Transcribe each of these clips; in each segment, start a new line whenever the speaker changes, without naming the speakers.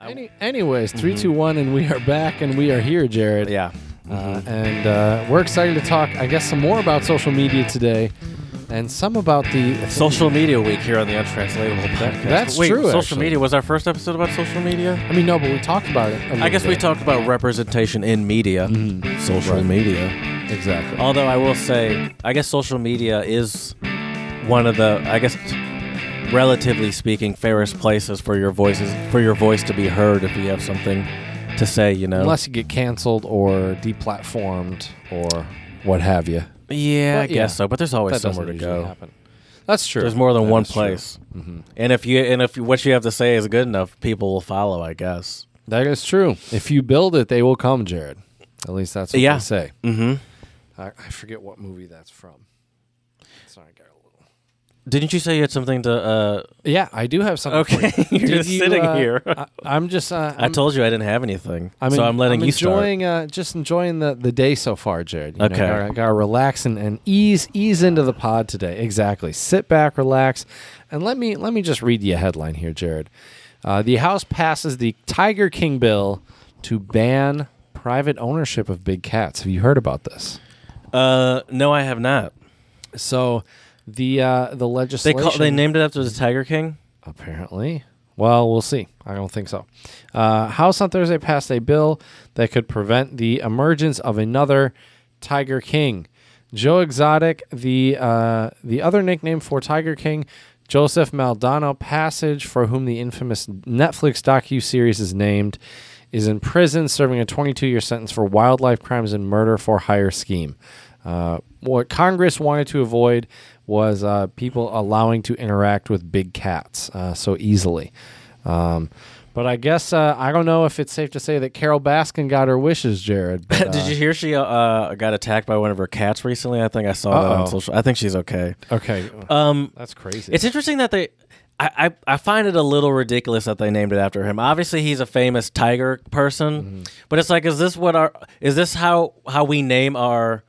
Any, anyways, three, two, one, and we are back, and we are here, Jared.
Mm-hmm. Yeah.
Uh, and uh, we're excited to talk, I guess, some more about social media today, and some about the
Social Media Week here on the Untranslatable Podcast.
That's
Wait,
true,
Social
actually.
media was our first episode about social media.
I mean, no, but we talked about it. I
I guess we talked about representation in media,
Mm-hmm.
social
Right.
media.
exactly.
Although I will say, I guess social media is one of the, I guess, relatively speaking, fairest places for your voices for your voice to be heard if you have something to say. You know.
Unless you get canceled or deplatformed or what have you,
yeah, I
But
guess
yeah,
so. But there's always somewhere to
usually
go.
happen. That's true.
There's more than
That
one
is true. Mm-hmm.
place. And if you and if what you have to say is good enough, people will follow, I guess.
That is true. If you build it, they will come, Jared. At least that's what
Yeah.
they say.
Mhm.
I, I forget what movie that's from. Sorry, I got a little.
Didn't you say you had something to uh
Yeah, I do have something. for
Okay,
you.
you're
Did
just
you,
sitting
uh,
here.
I, I'm just. Uh,
i
I'm,
told you I didn't have anything.
I'm
so
en-
I'm letting
I'm
you
enjoying, Uh, just enjoying the, the day so far, Jared. You
Okay.
know, gotta, gotta relax and, and ease ease into the pod today. Exactly. Sit back, relax, and let me let me just read you a headline here, Jared. Uh, the House passes the Tiger King bill to ban private ownership of big cats. Have you heard about this?
start. Uh no I have not.
So the uh, the
They
legislation
call they named it after the Tiger King?
Apparently. Well, we'll see. I don't think so. Uh, House on Thursday passed a bill that could prevent the emergence of another Tiger King. Joe Exotic, the uh, the other nickname for Tiger King, Joseph Maldonado Passage, for whom the infamous Netflix docu series is named, is in prison serving a 22 year sentence for wildlife crimes and murder for hire scheme. Uh, what Congress wanted to avoid was uh, people allowing to interact with big cats uh, so easily. Um, but I guess uh, I don't know if it's safe to say that Carol Baskin got her wishes, Jared. But, uh,
Did you hear she uh got attacked by one of her cats recently? I think I saw that
Uh-oh.
on social I think she's okay.
uh, okay,
Um
that's crazy.
It's interesting that they. I, I, I find it a little ridiculous that they named it after him. Obviously, he's a famous tiger person, but it's like, is this what our is this how how we name our?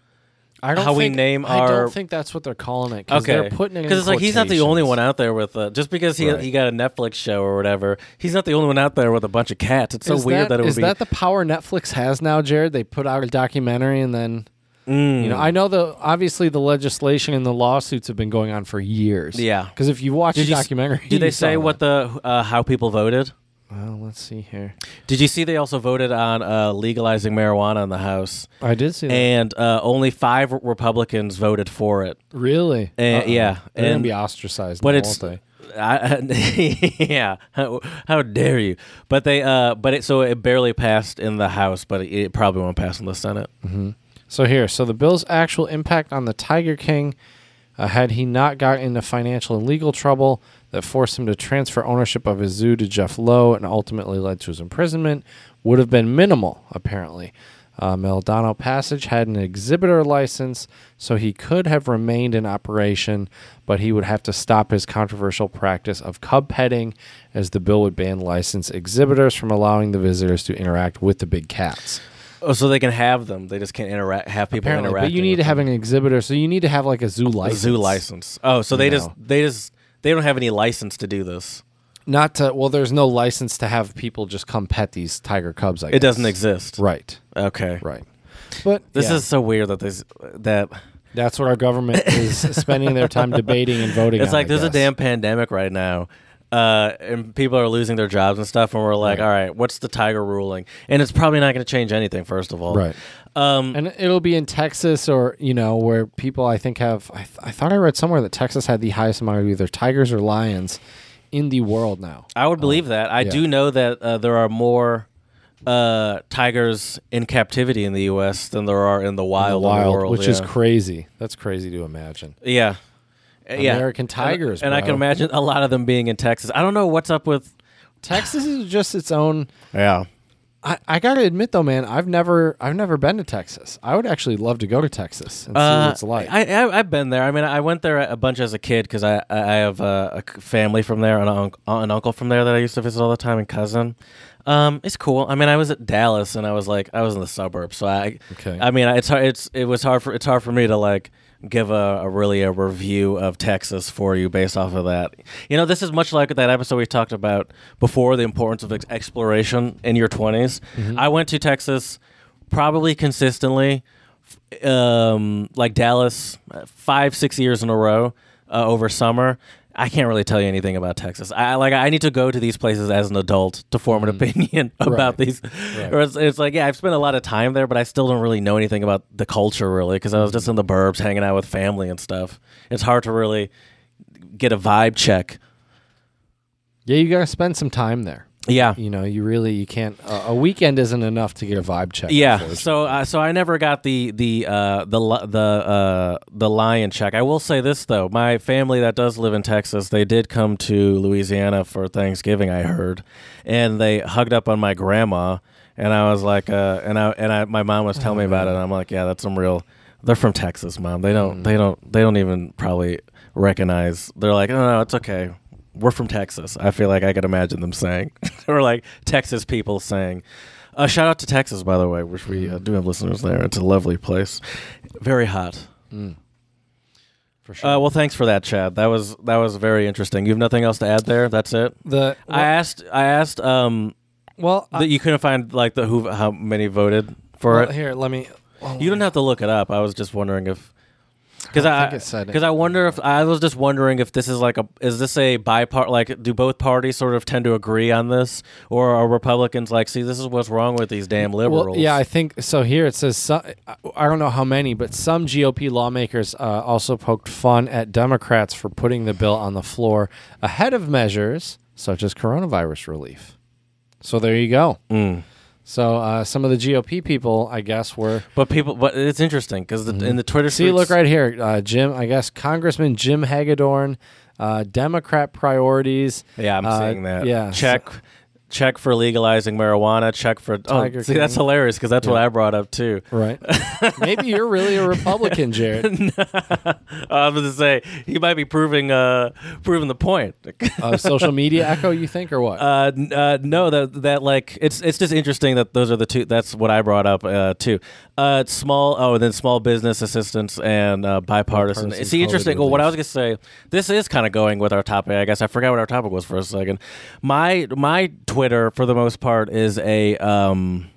I don't
how we
think,
name
I
our-
don't think that's what they're calling it. Cause
Okay,
they're putting it in
it's like he's not the only
quotations.
one out there with uh, just because he
Right.
he got a Netflix show or whatever. He's not the only one out there with a bunch of cats. It's so
is
weird that, it would
is
be.
that the power Netflix has now, Jared? They put out a documentary and then you
Mm.
know I know the obviously the legislation and the lawsuits have been going on for years.
Yeah.
because if you watch the
you s-
documentary,
Did
you
they
saw
say what
that.
the uh, how people voted?
Well, let's see here.
Did you see they also voted on uh, legalizing marijuana in the House,
I did see that.
and uh, only five Republicans voted for it.
really?
And-
Uh-oh.
yeah,
they're gonna
and-
be ostracized.
but
now,
it's
Oh, won't
I, yeah how, how dare you but they uh but it so it barely passed in the house but it, it probably won't pass in the senate
they? So here, so the bill's actual impact on the Tiger King. Uh, had he not got into financial and legal trouble that forced him to transfer ownership of his zoo to Jeff Lowe and ultimately led to his imprisonment, would have been minimal, apparently. Uh, Maldonado Passage had an exhibitor license, so he could have remained in operation, but he would have to stop his controversial practice of cub petting, as the bill would ban licensed exhibitors from allowing the visitors to interact with the big cats.
oh so they can have them they just can't interact have people
Apparently,
interact
but you need to have an exhibitor, so you need to have like a zoo
a
license.
zoo license oh so they
You
just
know.
they just they don't have any license to do this
Not to well, there's no license to have people just come pet these tiger cubs. I guess
it doesn't exist
Right,
okay
right. But
this
yeah,
is so weird that this that
that's what our government is spending their time debating and voting.
it's
on,
like
I
there's a
guess.
damn pandemic right now uh, and people are losing their jobs and stuff and we're like all right what's the tiger ruling and it's probably not going to change anything first of all
right,
um,
and it'll be in Texas or you know where people I think have. I, th- I thought I read somewhere that Texas had the highest amount of either tigers or lions in the world now.
I would believe that. I
Uh, yeah.
do know that uh, there are more uh, tigers in captivity in the U.S. than there are in the wild, in the
Wild,
world,
which is
yeah.
crazy. That's crazy to imagine.
yeah, Uh, yeah.
American
And-
tigers,
and, I
bro.
can imagine a lot of them being in Texas. I don't know what's up with.
Texas is just its own.
Yeah,
I, I gotta admit though, man, I've never I've never been to Texas. I would actually love to go to Texas and see what it's like.
Uh, I, I I've been there. I mean, I went there a bunch as a kid because I I I have uh, a c- family from there, an, unc- uh, an uncle from there that I used to visit all the time, and cousin. Um, it's cool. I mean, I was at Dallas, and I was like, I was in the suburbs, so I.
Okay.
I mean, it's hard. It's it was hard for it's hard for me to like give a, a really a review of Texas for you based off of that. You know, this is much like that episode we talked about before the importance of ex- exploration in your 20s.
Mm-hmm.
I went to Texas probably consistently, f- um, like Dallas, uh, five, six years in a row uh, over summer. I can't really tell you anything about Texas. I like I need to go to these places as an adult to form an opinion about these. Or it's, it's like yeah, I've spent a lot of time there, but I still don't really know anything about the culture really because I was just in the burbs hanging out with family and stuff. It's hard to really get a vibe check.
Yeah, you got to spend some time there.
Yeah,
You know, you really you can't. Uh, a weekend isn't enough to get a vibe check.
Yeah. So uh, so I never got the the uh, the li- the uh, the lion check. I will say this though, my family that does live in Texas, they did come to Louisiana for Thanksgiving. I heard, and they hugged up on my grandma, and I was like, uh, and I and I my mom was telling me about it. and I'm like, yeah, that's some real. They're from Texas, mom. They don't they don't they don't even probably recognize. They're like, no, no, it's okay. We're from Texas. I feel like I could imagine them saying, or like Texas people saying, uh, shout out to Texas, by the way, which we uh, do have listeners there. It's a lovely place, very hot.
Mm. for sure.
Uh, well, thanks for that, Chad. That was that was very interesting. You have nothing else to add there. That's it.
the
I asked. I asked um,
well, I-
that you couldn't find like the who how many voted for
well,
it.
here let me. oh,
You don't have to look it up. I was just wondering if because
I
I
think it said it.
because I, wonder if I was just wondering if this is like a is this a bipart like do both parties sort of tend to agree on this or are Republicans like see this is what's wrong with these damn liberals?
Well, yeah, I think so. Here it says so- I- I don't know how many, but some GOP lawmakers uh, also poked fun at Democrats for putting the bill on the floor ahead of measures such as coronavirus relief. So there you go.
Mm.
So uh, some of the GOP people, I guess, were
But people, but it's interesting because in the Twitter,
Mm-hmm. See,
streets-
look right here, uh, Jim. I guess Congressman Jim Hagedorn, uh, Democrat priorities.
Yeah, I'm
Uh,
seeing that.
yeah,
check, check for legalizing marijuana. Check for. Oh,
Tiger
see, that's
King.
hilarious because that's what I brought up too.
Right. Maybe you're really a Republican, Jared.
I was going to say he might be proving uh proving the point.
Uh, social media echo, you think, or what?
Uh, n- uh, no, that that like it's it's just interesting that those are the two. That's what I brought up uh, too. Uh, it's small. Oh, and then small business assistance and uh, bipartisan.
Bipartisan
See, interesting.
COVID
Well, what I was gonna say, this is kind of going with our topic. I guess I forgot what our topic was for a second. My my Twitter for the most part is a um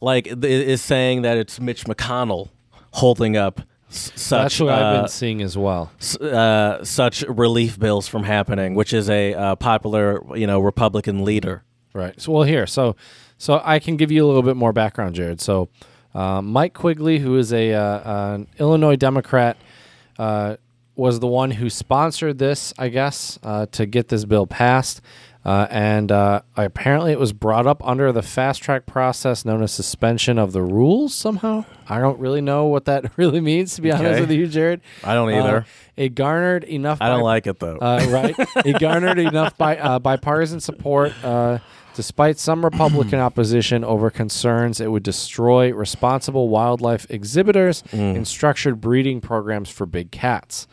like th- is saying that it's Mitch McConnell holding up. s- Such,
That's what I've
uh,
been seeing as well.
s- uh, such relief bills from happening, which is a uh, popular, you know, Republican leader.
Right. So well, here, so so I can give you a little bit more background, Jared. So uh, Mike Quigley, who is a uh, an Illinois Democrat, uh, was the one who sponsored this, I guess, uh, to get this bill passed. Uh, and uh, apparently, it was brought up under the fast track process known as suspension of the rules. Somehow, I don't really know what that really means. To be honest
Okay.
with you, Jared,
I don't
Uh,
either.
it garnered enough.
I don't
bi-
like it though.
uh, right? it garnered enough bi- uh, bipartisan support, uh, despite some Republican opposition over concerns it would destroy responsible wildlife exhibitors
Mm.
and structured breeding programs for big cats.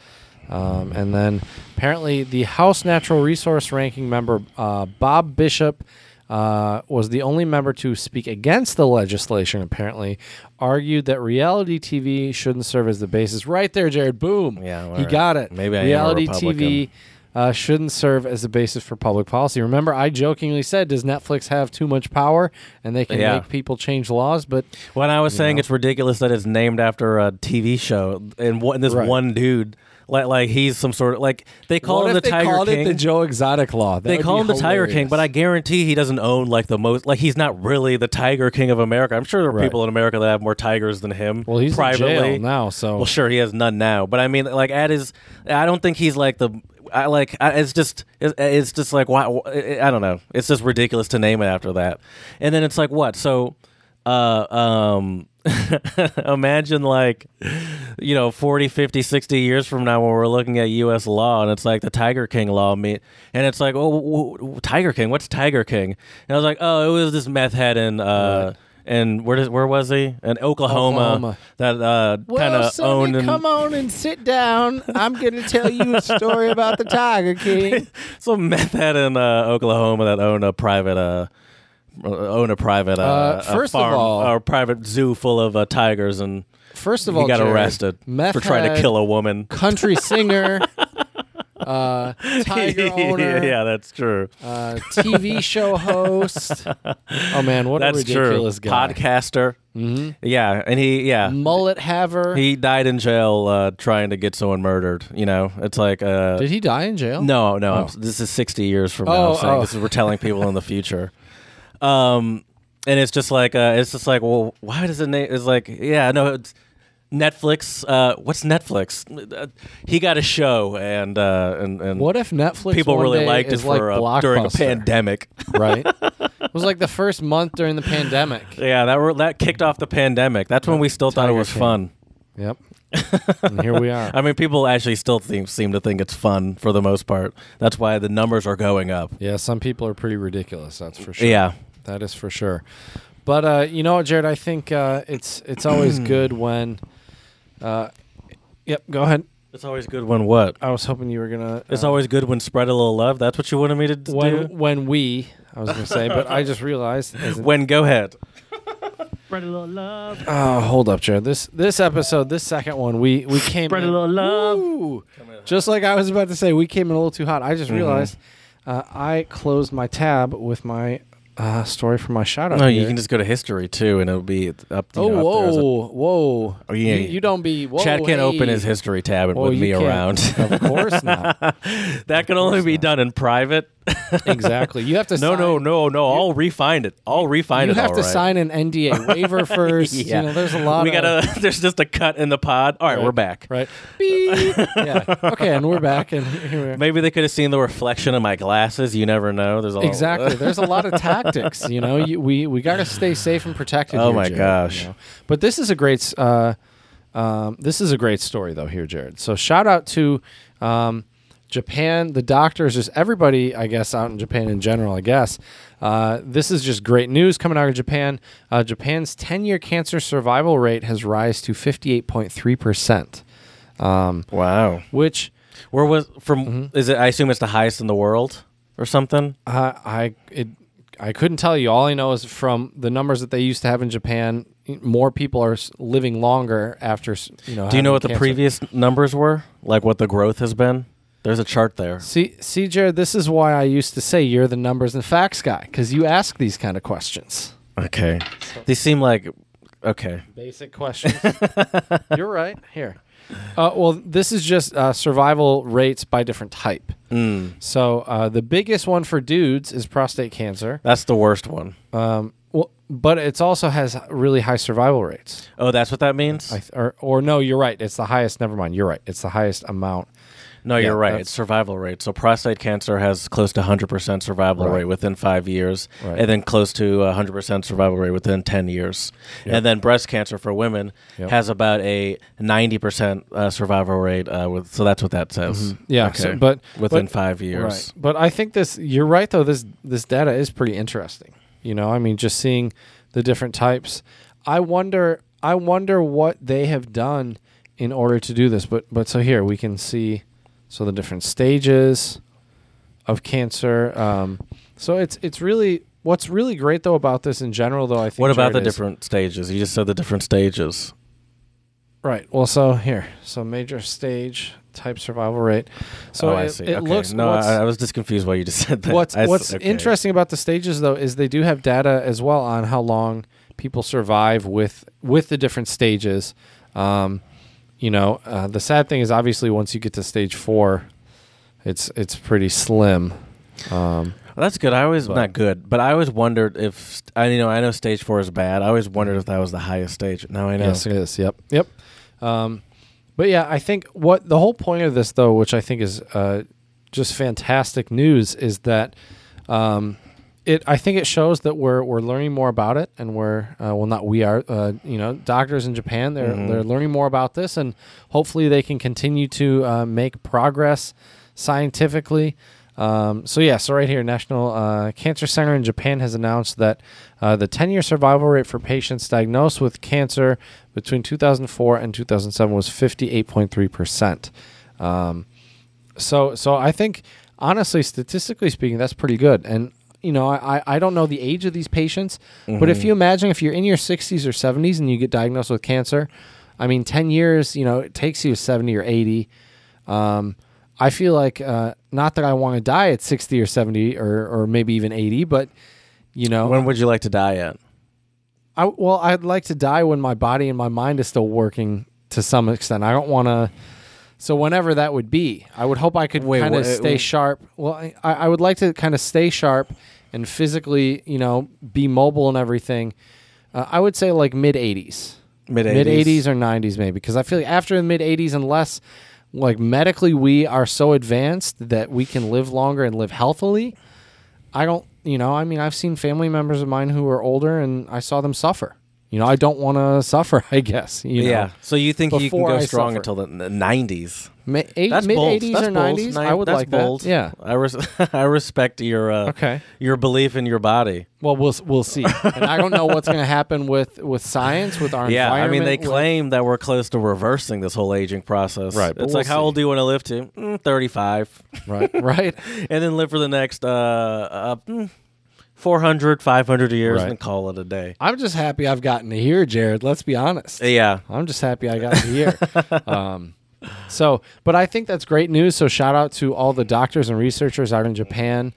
Um, and then apparently, the House Natural Resource Ranking member uh, Bob Bishop uh, was the only member to speak against the legislation. Apparently, argued that reality TV shouldn't serve as the basis. Right there, Jared. Boom.
Yeah, all
he
right.
got it.
Maybe I am a
reality TV
Republican.
uh, shouldn't serve as the basis for public policy. Remember, I jokingly said, "Does Netflix have too much power and they can
Yeah.
make people change laws?" But
when I was saying it's ridiculous that it's named after a TV show and what this
Right.
one dude, like like he's some sort of like they call
what
him
if
the
they
Tiger
called
King.
it the Joe Exotic Law? That
they
would
call
be
him the Tiger King,
hilarious.
but I guarantee he doesn't own like the most. Like he's not really the Tiger King of America. I'm sure there are people in America that have more tigers than him.
well, he's
privately
in jail now, so
Well, sure, he has none now, but I mean, like at his, I don't think he's like the. I like I, it's just it's, it's just like why I I don't know. It's just ridiculous to name it after that, and then it's like what? So, uh, um, imagine like you know 40 50 60 years from now when we're looking at us law and it's like the tiger king law meet and it's like oh w- w- tiger king what's tiger king and i was like oh it was this meth head in uh and where does where was he in
Oklahoma.
oklahoma that uh, kind of owned and
on and sit down. I'm going to tell you a story about the Tiger King.
some meth head in uh, Oklahoma that owned a private uh, own a private uh,
Uh,
a
first of
farm
all-
or a private zoo full of uh, tigers and
First of
he
all,
got
Jared,
arrested
Meth
for trying
head,
to kill a woman.
country singer, uh, tiger owner,
yeah, that's true.
uh, TV show host. Oh man, what a
that's true.
ridiculous guy! Mm-hmm.
Podcaster. Yeah, and he yeah
Mullet haver.
he died in jail uh, trying to get someone murdered. You know, it's like uh,
Did he die in jail?
No, no. I'm- This is 60 years from now.
Oh,
I'm saying
oh.
this is we're telling people in the future. Um, and it's just like uh, it's just like well, why does the name? It's like yeah, no. It's Netflix. Uh, what's Netflix? Uh, he got a show and uh, and and
What if Netflix
people
one
really
day
liked it
is like
for uh, during a
Blockbuster,
pandemic.
right? It was like the first month during the pandemic.
yeah, that were, that kicked off the pandemic. That's when we still thought it
Tiger
was
King.
fun.
Yep. And here we are.
I mean, people actually still think, seem to think it's fun for the most part. That's why the numbers are going up.
Yeah, some people are pretty ridiculous. That's for sure.
Yeah.
That is for sure. But uh, you know what, Jared? I think uh, it's it's always good when. Uh, yep. Go ahead.
It's always good when what?
I was hoping you were gonna.
It's
uh,
always good when spread a little love. That's what you wanted me to d-
when
do.
when we. I was gonna say, but I just realized. as an-
When go ahead.
Spread a little love.
Oh, hold up, Jared. This this episode, this second one, we we came
Spread a
in-
little love.
Ooh. just like I was about to say, we came in a little too hot. I just
Mm-hmm.
realized uh, I closed my tab with my uh, story from my shout out.
No, you can just go to history too, and it'll be up. You
oh,
know, up there as a-
whoa, whoa!
Oh, yeah,
you,
yeah.
you don't be. Whoa,
Chad can't open
hey.
his history tab and
Whoa,
with
you
me
can't.
around.
of course not.
that can only be done in private.
Exactly. You have to.
no,
sign,
no, no, no. I'll refine it. I'll refine
You
it.
have
all
to
right.
sign an NDA waiver first.
Yeah.
You know, there's a lot.
We
of,
gotta. There's just a cut in the pod. All right,
Right.
we're back.
right. Beep. yeah. Okay, and we're back, and here we are.
Maybe they could have seen the reflection of my glasses. You never know. There's a lot-
Exactly. There's a lot of tactics. You know, you, we we got to stay safe and protected.
Oh
here,
my
Jared,
gosh.
you know. But this is a great. s- Uh, um, this is a great story though here, Jared. So shout out to um, Japan, the doctors, just everybody. I guess out in Japan in general. I guess uh, this is just great news coming out of Japan. Uh, Japan's ten-year cancer survival rate has rise to fifty-eight point three percent,
wow.
which
Where was from?
Mm-hmm.
Is it? I assume it's the highest in the world or something.
Uh, I it I couldn't tell you. All I know is from the numbers that they used to have in Japan, more people are s- living longer after s- you know.
Do you
having
know what the
Um, cancer.
previous numbers were? Like what the growth has been? There's a chart there.
See, see, Jared, this is why I used to say you're the numbers and facts guy because you ask these kind of questions.
Okay. These seem like okay.
Basic questions. you're right. Here. Uh, well, this is just uh, survival rates by different type.
Hmm.
So uh, the biggest one for dudes is prostate cancer,
That's the worst one.
um, well, but it also has really high survival rates.
Oh, that's what that means?
I th- or, or no, you're right. It's the highest. Never mind. You're right. It's the highest amount.
no,
yeah,
you're right.
that's-
It's survival rate. So prostate cancer has close to 100% survival
Right.
rate within 5 years
Right.
and then close to 100% survival rate within 10 years. And then breast cancer for women
Yep.
has about a 90% uh, survival rate uh, with so that's what that says.
Yeah,
Okay.
so- but-
within
but-
5 years.
Right. But I think this. You're right though. This this data is pretty interesting. You know, I mean, just seeing the different types. I wonder. I wonder what they have done in order to do this. But but so here we can see. So the different stages of cancer. Um, so it's it's really what's really great though about this in general though. I think.
What about
Jared,
the
is-
different stages? You just said the different stages.
Right. Well, so here, so major stage type survival rate. So
oh,
it,
I see.
it
okay.
looks
no.
what's,
I, I was just confused why you just said that.
what's,
I s-
what's
okay.
interesting about the stages though is they do have data as well on how long people survive with with the different stages. Um, you know, uh, the sad thing is obviously once you get to stage four, it's it's pretty slim. Um,
Well, that's good. I always
But-
not good, but I always wondered if st- I you know I know stage four is bad. I always wondered if that was the highest stage. Now I know.
Yes, it is. Yep, yep. Um, but yeah, I think what the whole point of this, though, which I think is uh, just fantastic news, is that um, it. I think it shows that we're we're learning more about it, and we're uh, well, not we are. Uh, you know, doctors in Japan they're
Mm-hmm.
they're learning more about this, and hopefully they can continue to uh, make progress scientifically. Um, so yeah, so right here, National uh, Cancer Center in Japan has announced that uh, the 10-year survival rate for patients diagnosed with cancer between 2004 and 2007 was 58.3 percent. Um, so so I think honestly, statistically speaking, that's pretty good. And you know, I, I- I don't know the age of these patients, but if you imagine if you're in your 60s or 70s and you get diagnosed with cancer, I mean, 10 years, you know, it takes you 70 or 80. Um, I feel like uh, not that I want to die at 60 or 70 or, or maybe even 80, but you know,
When would you like to die at?
I well, I'd like to die when my body and my mind is still working to some extent. I don't want to. So whenever that would be, I would hope I could
Wait,
kind of
wha-
stay
uh,
sharp. Well, I, I would like to kind of stay sharp and physically, you know, be mobile and everything. Uh, I would say like mid eighties,
Mid
mid eighties or nineties maybe, because I feel like after the mid eighties, unless like medically we are so advanced that we can live longer and live healthily, I don't, you know, I mean, I've seen family members of mine who are older and I saw them suffer. You know, I don't want to suffer, I guess. You know?
yeah. So you think you can
Before
go
I
strong
suffer.
until the the 90s?
Mi- eight,
That's
mid
bold.
80s
That's
or
bold.
90s.
Ni-
I would
that's
like
bold.
that. Yeah.
I res- I respect your uh,
Okay.
your belief in your body.
Well, we'll we'll see. and I don't know what's going to happen with with science, with our
Yeah, I
environment.
mean they
with-
claim that we're close to reversing this whole aging process.
Right, but
It's
we'll
like how
see.
old do you want to live to? Mm, 35.
right, right.
and then live for the next uh, uh mm, 400, 500 years
Right.
and call it a day. Uh,
I'm just happy I've gotten to hear Jared. Let's be honest.
Yeah.
I'm just happy I got to hear. um, so, but I think that's great news. So, shout out to all the doctors and researchers out in Japan.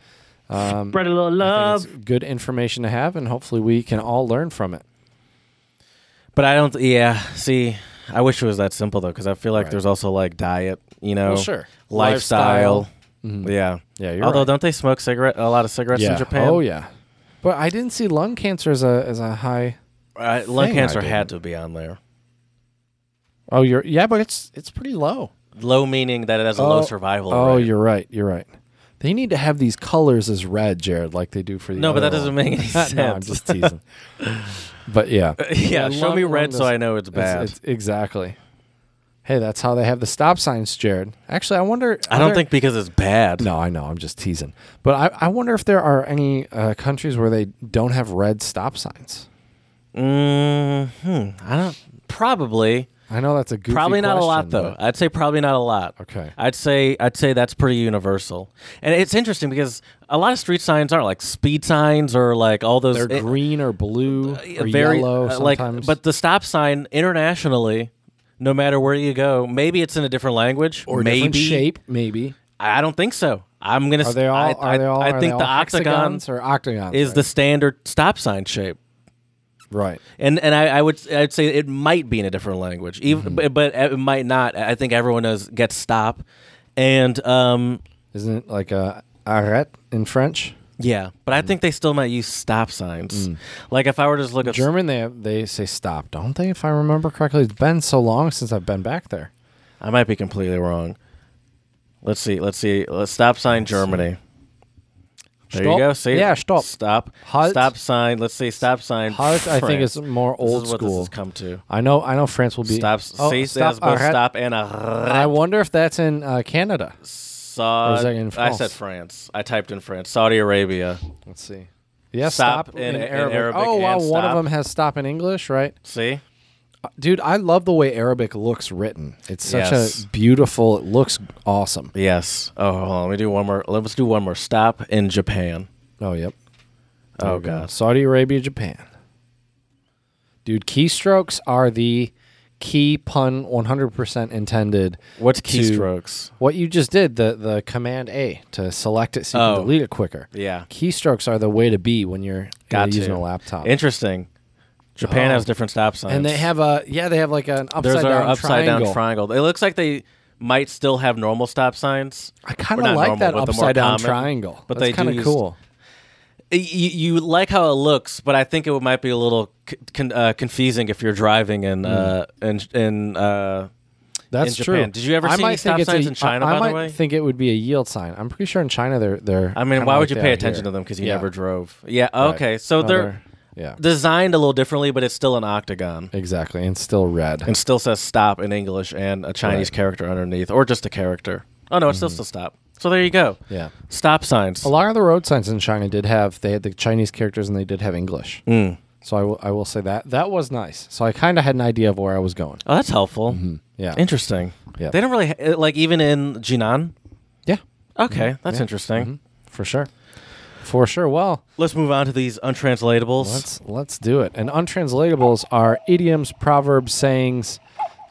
Um,
Spread a little
I
love.
think it's good information to have, and hopefully we can all learn from it.
But I don't. Yeah. See, I wish it was that simple though, because I feel like
Right.
there's also like diet. You know,
Well, sure.
lifestyle.
Mhm.
Yeah.
Yeah, you're
Although,
right.
don't they smoke cigarette a lot of cigarettes
yeah.
in Japan?
Oh yeah, but I didn't see lung cancer as a as a high.
Uh, lung
Thing I
cancer
didn't.
had to be on there.
Oh, you're yeah, but it's it's pretty low.
Low meaning that it has a low
Oh.
survival.
Oh,
rate.
you're right. You're right. They need to have these colors as red, Jared, like they do for the.
No, but
other
that doesn't
one.
make any sense.
no, I'm just teasing. but yeah,
yeah, show
lung-
me red
lung
so I
does-
know it's
it's-
bad.
it's- exactly. Hey, that's how they have the stop signs, Jared. Actually, I wonder.
I don't
other-
think because it's bad.
No, I know. I'm just teasing. But I, I wonder if there are any uh, countries where they don't have red stop signs.
hmm I don't. Probably.
I know that's a goofy
probably not a
question,
lot though.
but-
I'd say probably not a lot.
Okay.
I'd say I'd say that's pretty universal. And it's interesting because a lot of street signs aren't like speed signs or like all those
They're
it-
green or blue or
very
yellow
uh, like
sometimes.
but the stop sign internationally no matter where you go, maybe it's in a different language
or
maybe
different shape, maybe.
I I don't think so. I'm going to
Are they all?
I,
are they all?
I
are
think
they
the
all
octagon
hexagons or octagons
is the standard stop sign shape.
right.
And and I, I would I'd say it might be in a different language, even
Mm-hmm.
but, but it might not. I think everyone knows gets stop, and um
Isn't it like a arrête in French?
yeah. But I
Mm.
think they still might use stop signs. Like if I were to just look at
German, they they say stop, don't they? If I remember correctly, it's been so long since I've been back there.
I might be completely wrong. Let's see. Let's see. Let's stop sign Germany. There
Stop.
you go. See?
Yeah, stop.
Stop.
Halt.
Stop sign. Let's see. Stop sign.
Halt, I think,
France.
is more
This
old
is what
school.
This has come to.
I know. I know France will be
Stop.
Oh,
see, there's both
arrête.
stop and a.
I wonder if that's in uh, Canada. Or
Saudi.
is that in
I
France?
said France. I typed in France. Saudi Arabia.
Let's see. Yeah,
Stop
stop, in,
in- in
Arabic.
Arabic
Oh wow,
and
one
stop.
of them has stop in English, right?
See,
Dude, I love the way Arabic looks written. It's such
Yes.
a beautiful. It looks awesome.
yes. Oh, hold on. Let me do one more. Let's do one more. Stop in Japan.
Oh yep.
Oh
we go.
god.
Saudi Arabia, Japan. Dude, keystrokes are the key pun 100% intended.
What's
to-
keystrokes?
What you just did, the the command A to select it so you
Oh.
can delete it quicker.
Yeah.
Keystrokes are the way to be when you're,
Got
you know, using
to.
a laptop.
Interesting. Japan
Oh.
has different stop signs.
and they have a yeah, they have like an upside
There's our
down
upside
triangle.
down triangle. It looks like they might still have normal stop signs.
I kind
Or
of
not
like
normal,
that
but the more
upside down
common.
triangle.
But
That's
they do
kind of
use-
cool.
Y- You, you like how it looks, but I think it might be a little c- con- uh, confusing if you're driving
Hmm.
in uh, in in uh,
That's true.
Japan. Did you ever
I
see
might
these
think
stop
it's a-
signs in China,
I, I
by the
might
way?
think it would be a yield sign. I'm pretty sure in China they're they're.
I mean,
kinda
why
like
would you
they
pay
are
attention
here.
to them because you
Yeah.
never drove? Yeah.
Right.
Okay. So
No,
they're,
yeah
designed a little differently, but it's still an octagon
exactly and still red.
and still says stop in English and a Chinese
Right. Mm-hmm.
character underneath, or just a character. Oh no, it still says stop. So there you go.
yeah,
Stop signs.
a lot of the road signs in China did have they had the Chinese characters and they did have English.
Mm.
So I will I will say that that was nice. So I kind of had an idea of where I was going.
Oh, that's helpful.
Mm-hmm. Yeah,
Interesting.
Yeah.
They don't really ha- uh, like even in Jinan.
Mm-hmm. yeah,
Okay, that's interesting.
for sure. For sure. Well,
Let's move on to these untranslatables.
Let's let's do it. And untranslatables are idioms, proverbs, sayings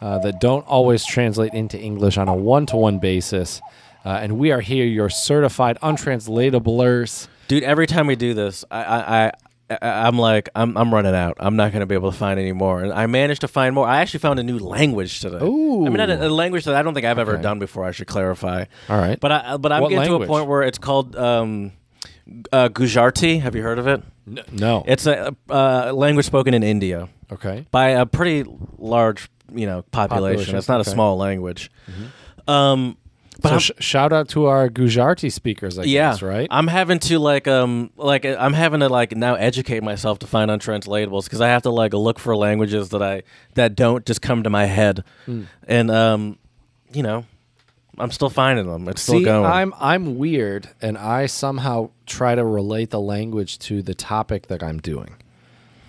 uh, that don't always translate into English on a one-to-one basis. Uh, and we are here, your certified untranslatablers.
Dude, every time we do this, I, I, I, I- I'm like, I'm, I'm running out. I'm not going to be able to find any more. And I managed to find more. I actually found a new language today.
Ooh.
I mean, not a, a language that I don't think I've ever
Okay.
done before. I should clarify.
All right.
But I, but I'm
What
getting to a
language?
point where it's called um, uh, Gujarati. Have you heard of it?
N- no.
It's a uh, language spoken in India
okay.
by a pretty large, you know, population.
Population,
It's not
okay. Mm-hmm.
a small language. Um, but
so
I'm-
sh- shout out to our Gujarati speakers, I
yeah,
guess, right?
I'm having to like um like I'm having to like now educate myself to find untranslatables because I have to like look for languages that I that don't just come to my head,
Hmm.
and um, you know, I'm still finding them. It's still
See,
going.
I'm I'm weird, and I somehow try to relate the language to the topic that I'm doing.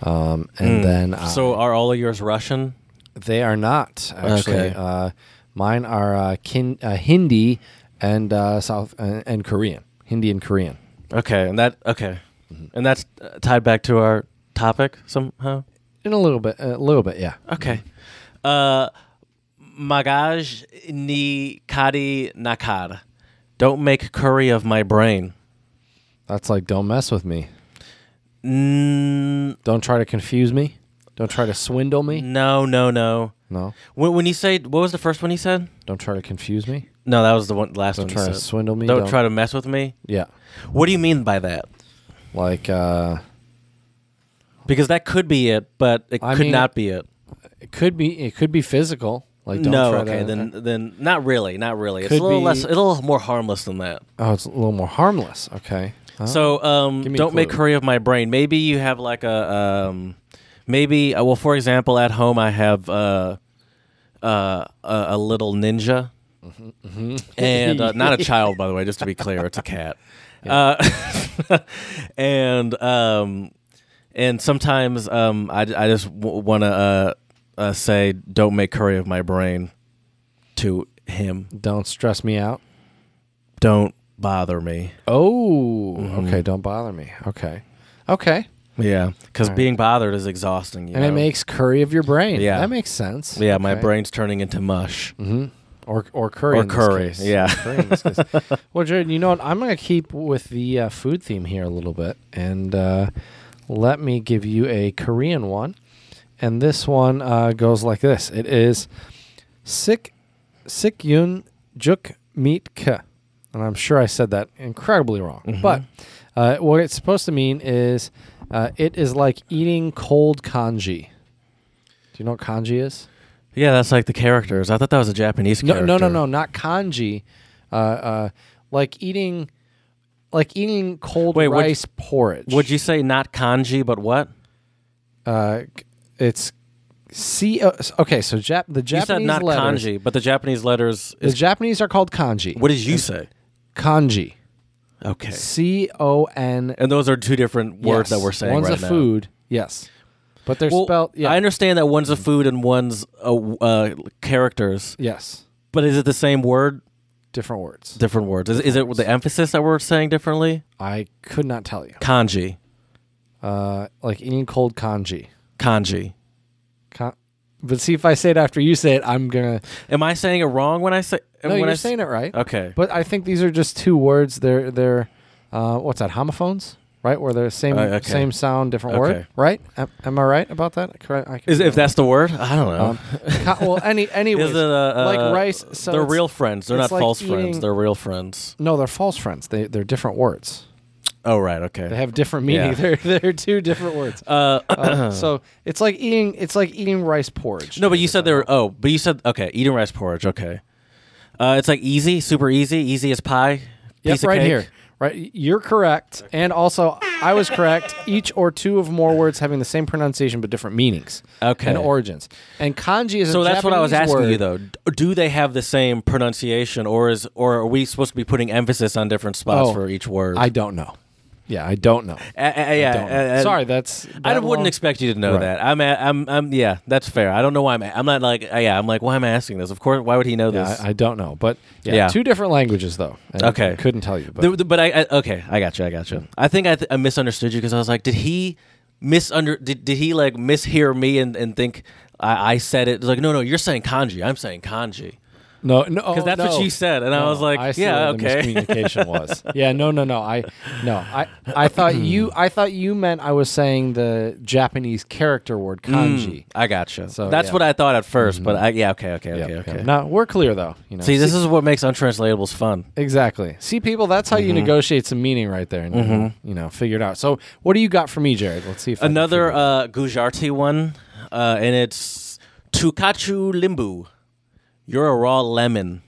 Um, and then I,
so are all of yours Russian?
They are not actually.
Okay.
Uh, mine are uh, kin- uh, Hindi and uh, South uh, and Korean. Hindi and Korean.
Okay, and that okay,
Mm-hmm.
and that's uh, tied back to our topic somehow.
In a little bit, a little bit, yeah.
Okay, uh, Magaj ni kadi nakar. Don't make curry of my brain.
That's like don't mess with me.
Mm,
Don't try to confuse me. Don't try to swindle me.
No, no, no.
No.
When, when you say, what was the first one you said?
Don't try to confuse me.
No, that was the one last
Don't
one. you
try to
said.
swindle me.
Don't,
Don't-
try to mess with me.
Yeah.
What do you mean by that?
Like uh,
Because that could be it, but it
I
could
mean-
not be it.
it could be it could be physical. Like don't
No,
try
okay,
to,
then then not really, not really. It's a
Could
little
be-
less, a little more harmless than that.
oh, it's a little more harmless. Okay. Huh?
So um,
Oh, Give me a
don't make
clue.
curry of my brain. Maybe you have like a um, maybe uh, well, for example, at home I have uh, uh, a, a little ninja,
Mm-hmm,
and uh, not a child, by the way, just to be clear, it's a cat. Uh, and um, and sometimes um, I I just w- want to uh, uh, say don't make curry of my brain to him.
don't stress me out.
Don't bother me.
Oh,
Mm-hmm.
okay. Don't bother me. Okay. Okay.
Yeah, because being bothered is exhausting. You
And
know?
it makes curry of your brain.
Yeah.
that makes sense.
Yeah, my
Okay. Mm-hmm.
brain's turning into mush.
or or curry
Or
in this
curry,
case.
yeah.
Curry in this case. well, Jared, you know what? I'm gonna keep with the uh, food theme here a little bit, and uh, let me give you a Korean one, and this one uh, goes like this. It is sik sik yun juk meat ke, and I'm sure I said that incredibly wrong, but uh, what it's supposed to mean is uh, it is like eating cold kanji. Do you know what kanji is?
Yeah, that's like the characters. I thought that was a Japanese
No,
character.
no, no, no, not kanji. Uh, uh, like eating, like eating cold
Wait, would-
rice porridge.
Would you say not kanji, but what?
Uh, c- it's C. uh, s- Okay, so Jap the Japanese
you said not
letters.
kanji, but the Japanese letters
The
is.
Japanese are called kanji.
what did you say?
kanji?
Okay.
C O N.
And those are two different
yes.
words that we're saying
One's
right
a
now.
food. Yes, but they're
Well,
spelled. Yeah.
I understand that one's a food and one's a, uh, characters,
yes,
but is it the same word?
different words.
Different words. Is, is it the emphasis that we're saying differently?
I could not tell you.
Kanji,
Uh, like eating cold kanji.
kanji.
Kan- but see, if I say it after you say it, I'm gonna.
Am I saying it wrong when I say?
No,
when
you're
I,
saying it right.
Okay.
But I think these are just two words. They're they're uh, what's that homophones, right? Where they're same
Uh, okay.
same sound, different
Okay.
word, right? Am, am I right about that? Correct. I can-
Is, if that's the word, I don't know.
um, co- well, any anyways,
Is it uh,
like
uh,
rice? So
they're
it's-
real friends. They're not
it's like
false
eating-
friends. They're real friends.
No, they're false friends. They they're different words.
Oh right,
They
okay.
have different meaning.
Yeah.
They're they're two different words.
Uh,
Uh, so it's like eating it's like eating rice porridge.
no, but you said they were. Oh, but you said okay. Eating rice porridge. Okay. Uh, it's like easy, super easy, easy as pie.
Yep,
piece of
right
cake.
here. Right, you're correct, and also I was correct. Each or two of more words having the same pronunciation but different meanings
Okay.
and origins. And kanji is a
So that's what I was
Japanese
asking you
word.
though. D- Do they have the same pronunciation, or is or are we supposed to be putting emphasis on different spots
Oh,
for each word?
I don't know. Yeah, I don't know.
Uh, uh, yeah.
Don't know.
uh, uh,
Sorry, that's.
I
that long?
wouldn't expect you to know
Right.
that. I'm, a- I'm, I'm, yeah, that's fair. I don't know why I'm, I'm not like, uh, yeah, I'm like, why am I asking this? Of course, why would he know
Yeah,
this?
I, I don't know, but yeah,
Yeah.
two different languages though. and
Okay.
I couldn't tell you, but Mm.
The- the- but I, I okay, I got you. I got you. I think I, th- I misunderstood you because I was like, did he misunder? Did, did he like mishear me and, and think I, I said it? It's like, no, no, you're saying kanji. I'm saying kanji.
no, no,
Because that's what she said, and I was like,
I see
yeah,
where
okay.
The miscommunication was. Yeah, no, no, no. I no, I I thought you I thought you meant I was saying the Japanese character word
Mm.
kanji.
I got you.
Hmm. So,
that's
yeah. Mm-hmm.
what I thought at 1st but I, yeah, okay, okay,
Yeah,
okay,
yeah.
okay.
No, we're clear though. You know,
See, this is what makes untranslatables fun.
exactly. See, people, that's how you
Mm-hmm.
negotiate some meaning right there, and you know, you know, figure it out. So, what do you got for me, Jared? Let's see. if I can
Another
figure it
uh, Gujarati one, uh, and it's Tukachu Limbu. You're a raw lemon.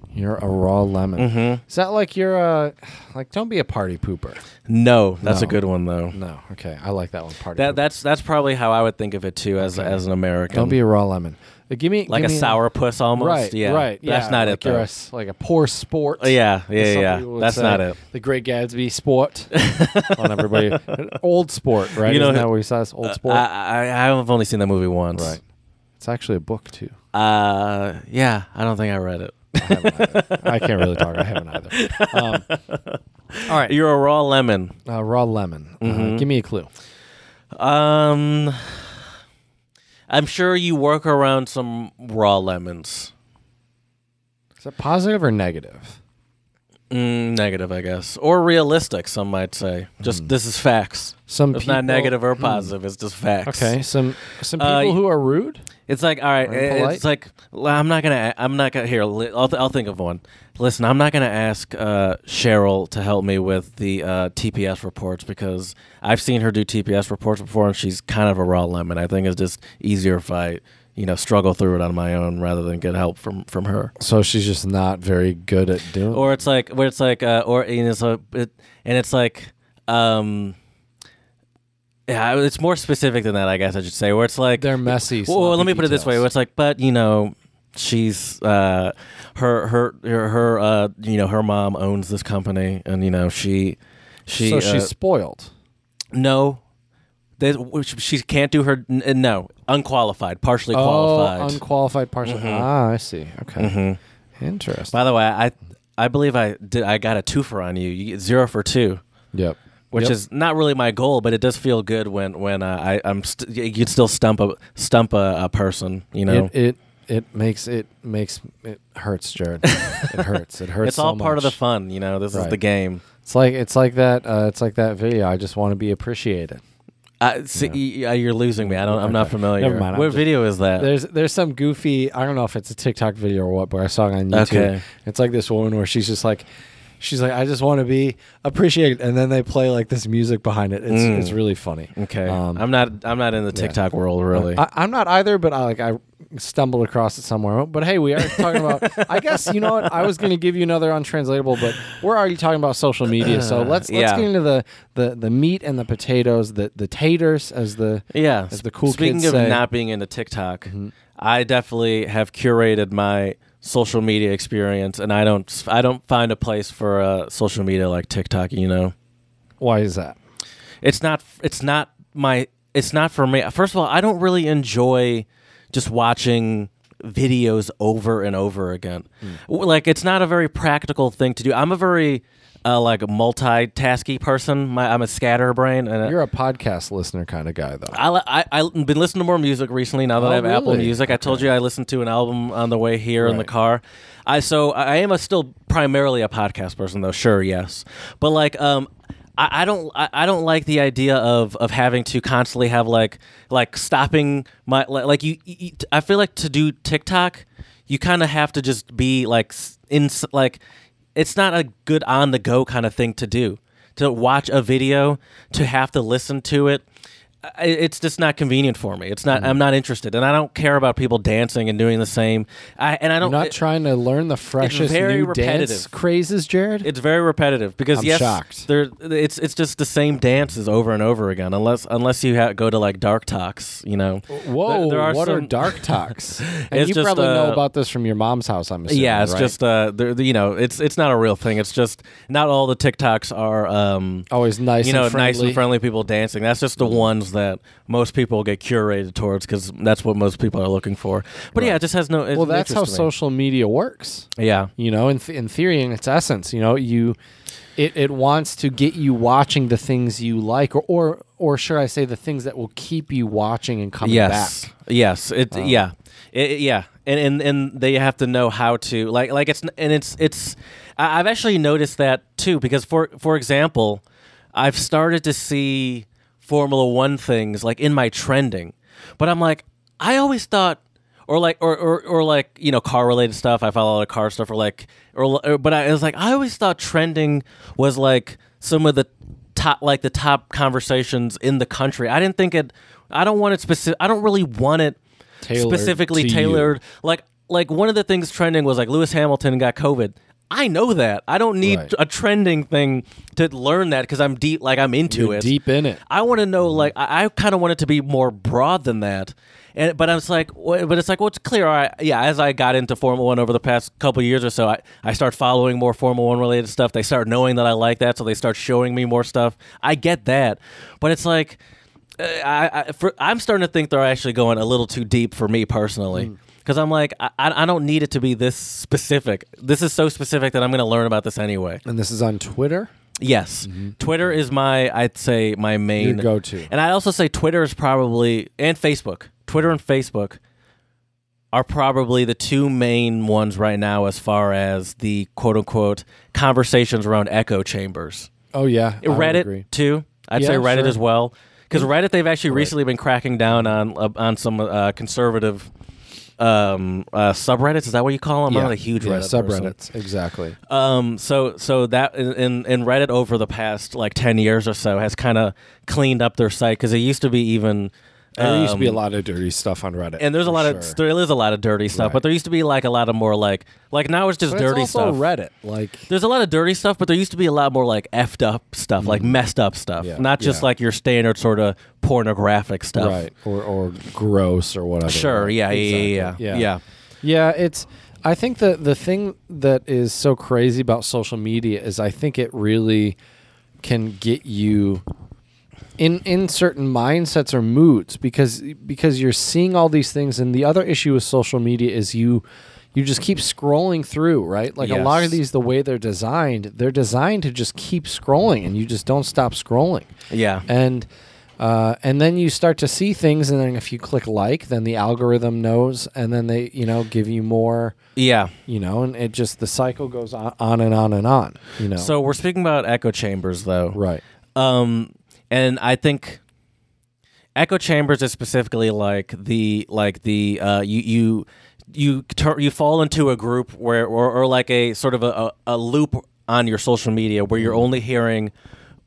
out. you're a raw lemon.
Mm-hmm.
Is that like you're a like? Don't be a party pooper.
No, that's
No.
a good one though.
No, okay, I like that one. Party.
That
pooper.
that's that's probably how I would think of it too, as as an American.
Don't be a raw lemon. Uh, give me
like
give
a
me
sourpuss almost.
Right.
yeah,
Right. Yeah.
That's not
like
it
You're
though.
a s- like a poor sport.
Uh, yeah, yeah,
as some
yeah.
people would
That's
say.
not it.
The Great Gatsby sport on everybody. Old sport, right?
You know
Isn't
who- Uh,
that what we saw? This old sport.
I, I I've only seen that movie once.
right. It's actually a book too.
Uh, yeah, I don't think I read it.
I, haven't either. I can't really talk. I haven't either. Um, all right.
You're a raw lemon.
Uh, raw lemon.
Mm-hmm.
Uh, give me a clue.
Um, I'm sure you work around some raw lemons.
Is it positive or negative?
Mm, negative, I guess, or realistic. Some might say. Just this is facts.
Hmm. Some
It's
people, Hmm.
not negative or positive. It's just facts.
Okay. Some some people
Uh,
who are rude.
It's like all right.
Or impolite?
It's like l- I'm not gonna. I'm not gonna. Here, li- I'll, th- I'll think of one. Listen, I'm not gonna ask uh, Cheryl to help me with the uh, TPS reports because I've seen her do TPS reports before, and she's kind of a raw lemon. I think it's just easier if I, you know, struggle through it on my own rather than get help from from her.
So she's just not very good at doing.
Or it's like where it's like uh, or you know, so it, and it's like um. Yeah, it's more specific than that, I guess I should say. Where it's like
they're messy.
well, well,
sloppy
let me put it this way:
details.
it's like, but you know, she's uh, her her her her uh, you know her mom owns this company, and you know she she
so
uh,
she's spoiled.
no. They, she can't do her n- no unqualified, partially qualified. Mm-hmm.
Oh, unqualified partial. Ah, I see. Okay. Interesting.
By the way, I I believe I did. I got a twofer on you. You get zero for two,
Yep.
which
Yep.
is not really my goal, but it does feel good when when uh, I I'm st- you could still stump a stump a, a person. You know,
it, it it makes it makes it hurts, Jared. it hurts. It hurts.
it's all
so
part of the
much.
fun. You know, this
Right.
is the game.
It's like it's like that. Uh, it's like that video. I just want to be appreciated.
I see, y- y- you're losing me. I don't. I'm not
Okay.
familiar.
Never mind, I'm
What
just-
video is that?
There's there's some goofy. I don't know if it's a TikTok video or what, but I saw it on YouTube.
Okay.
It's like this woman where she's just like. She's like, I just want to be appreciated, and then they play like this music behind it. It's,
Mm.
it's really funny.
okay.
Um,
I'm not. I'm not in the
yeah.
TikTok world really.
I, I'm not either, but I like I stumbled across it somewhere. But hey, we are talking about. I guess you know what I was going to give you another untranslatable, but we're already talking about social media, so let's let's
Uh, Yeah.
get into the, the the meat and the potatoes, the the taters as the
yeah.
as the cool
Speaking
kids
of
say. mm-hmm.
not being into TikTok, I definitely have curated my social media experience, and I don't. I don't find a place for uh, social media like TikTok. You know,
why is that?
it's not. It's not my. It's not for me. First of all, I don't really enjoy just watching videos over and over again. W Like it's not a very practical thing to do. I'm a very uh, like multitasky person. My, I'm a scatterbrain, and
You're a podcast listener kind of guy, though.
I, li- I I've been listening to more music recently now that
Oh,
I have Apple
really?
Music. I told you I listened to an album on the way here in the
Right.
car. I so I I am a still primarily a podcast person though. Sure, yes, but like um. I I don't. I I don't like the idea of, of having to constantly have like like stopping my like, like you, you. you- I feel like to do TikTok, you kind of have to just be like s- in s- like it's not a good on the go kind of thing to do. To watch a video, to have to listen to it, I- it's just not convenient for me. It's not. I'm not interested, and I don't care about people dancing and doing the same. I and I
You're
don't.
not
it-
trying to learn the freshest
very
new dance
repetitive.
crazes, Jared.
It's very repetitive because
I'm
yes,
shocked.
there it's it's just the same dances over and over again. Unless unless you ha- go to like dark talks, you know.
Whoa,
There- there are
what are
some-
dark talks? And
It's
you
just,
probably know
uh,
about this from your mom's house, I'm assuming.
yeah, it's
right?
just uh, there- you know, it's it's not a real thing. It's just not all the TikToks are um,
always Oh, nice.
you know,
and Mm-hmm.
nice and friendly people dancing. That's just the ones that most people get curated towards because that's what most people are looking for. But yeah, it just has no.
Well, that's how social media works.
Yeah,
You know, in th- in theory, in its essence, you know, you it, it wants to get you watching the things you like, or or or should I say, the things that will keep you watching and coming
yes,
back.
yes. It yeah, It- it- yeah. And, and and they have to know how to like like it's and it's it's. I- I've actually noticed that too because for for example, I've started to see Formula One things like in my trending, but I'm like I always thought. Or like, or, or, or like, you know, car related stuff. I follow a lot of car stuff, or like, or, or but I it was like, I always thought trending was like some of the top like the top conversations in the country. I didn't think it. I don't want it specific. I don't really want it
Tailored
specifically
to you.
tailored. Like like one of the things trending was like Lewis Hamilton got COVID. I know that. I don't need
Right.
a trending thing to learn that because I'm deep. Like I'm into
You're
it.
deep in it.
I want to know.
Mm-hmm.
Like I, I kind of want it to be more broad than that. And but I was like, wh- but it's like, well, it's clear. all right, yeah, as I got into Formula One over the past couple years or so, I I start following more Formula One related stuff. They start knowing that I like that, so they start showing me more stuff. I get that, but it's like. uh, I, I for, I'm starting to think they're actually going a little too deep for me
Mm.
personally, because I'm like I, I I don't need it to be this specific. This is so specific that I'm going to learn about this anyway.
And this is on Twitter.
Yes. Twitter is my I'd say my main
Mm-hmm. Your go-to.
And I also say Twitter is probably and Facebook. Twitter and Facebook are probably the two main ones right now as far as the quote unquote conversations around echo chambers.
Oh yeah, I would
Reddit
agree.
too. I'd
Yeah,
say Reddit
sure.
as well because Reddit they've actually recently been cracking down on uh, on some uh, conservative um, uh, subreddits. Is that what you call them? I'm not a huge
yeah,
Reddit person.
subreddits. Exactly.
Um, so so that in in Reddit over the past like ten years or so has kind of cleaned up their site because it used to be even.
there used to be a
um,
lot of dirty stuff on Reddit.
and there's a
for
lot
sure.
of there is a lot of dirty stuff,
Right.
but there used to be like a lot of more like like now it's just
But
dirty
it's also
stuff.
Reddit, like
There's a lot of dirty stuff, but there used to be a lot more like effed up stuff, like messed up stuff,
Mm-hmm. Yeah.
not just
Yeah.
like your standard sort of pornographic stuff.
right or or gross or whatever.
Sure. Yeah,
Exactly.
yeah. Yeah. Yeah.
Yeah.
Yeah.
Yeah, it's. I think the the thing that is so crazy about social media is I think it really can get you in in certain mindsets or moods because because you're seeing all these things and the other issue with social media is you you just keep scrolling through right like a lot of
Yes.
these the way they're designed they're designed to just keep scrolling and you just don't stop scrolling
Yeah.
and uh, and then you start to see things and then if you click like then the algorithm knows and then they you know give you more
yeah.
you know and it just the cycle goes on, on and on and on you know
So we're speaking about echo chambers though.
right
Um, and I think echo chambers is specifically like the like the uh, you you you tur you fall into a group where or, or like a sort of a, a, a loop on your social media where
Mm-hmm.
you're only hearing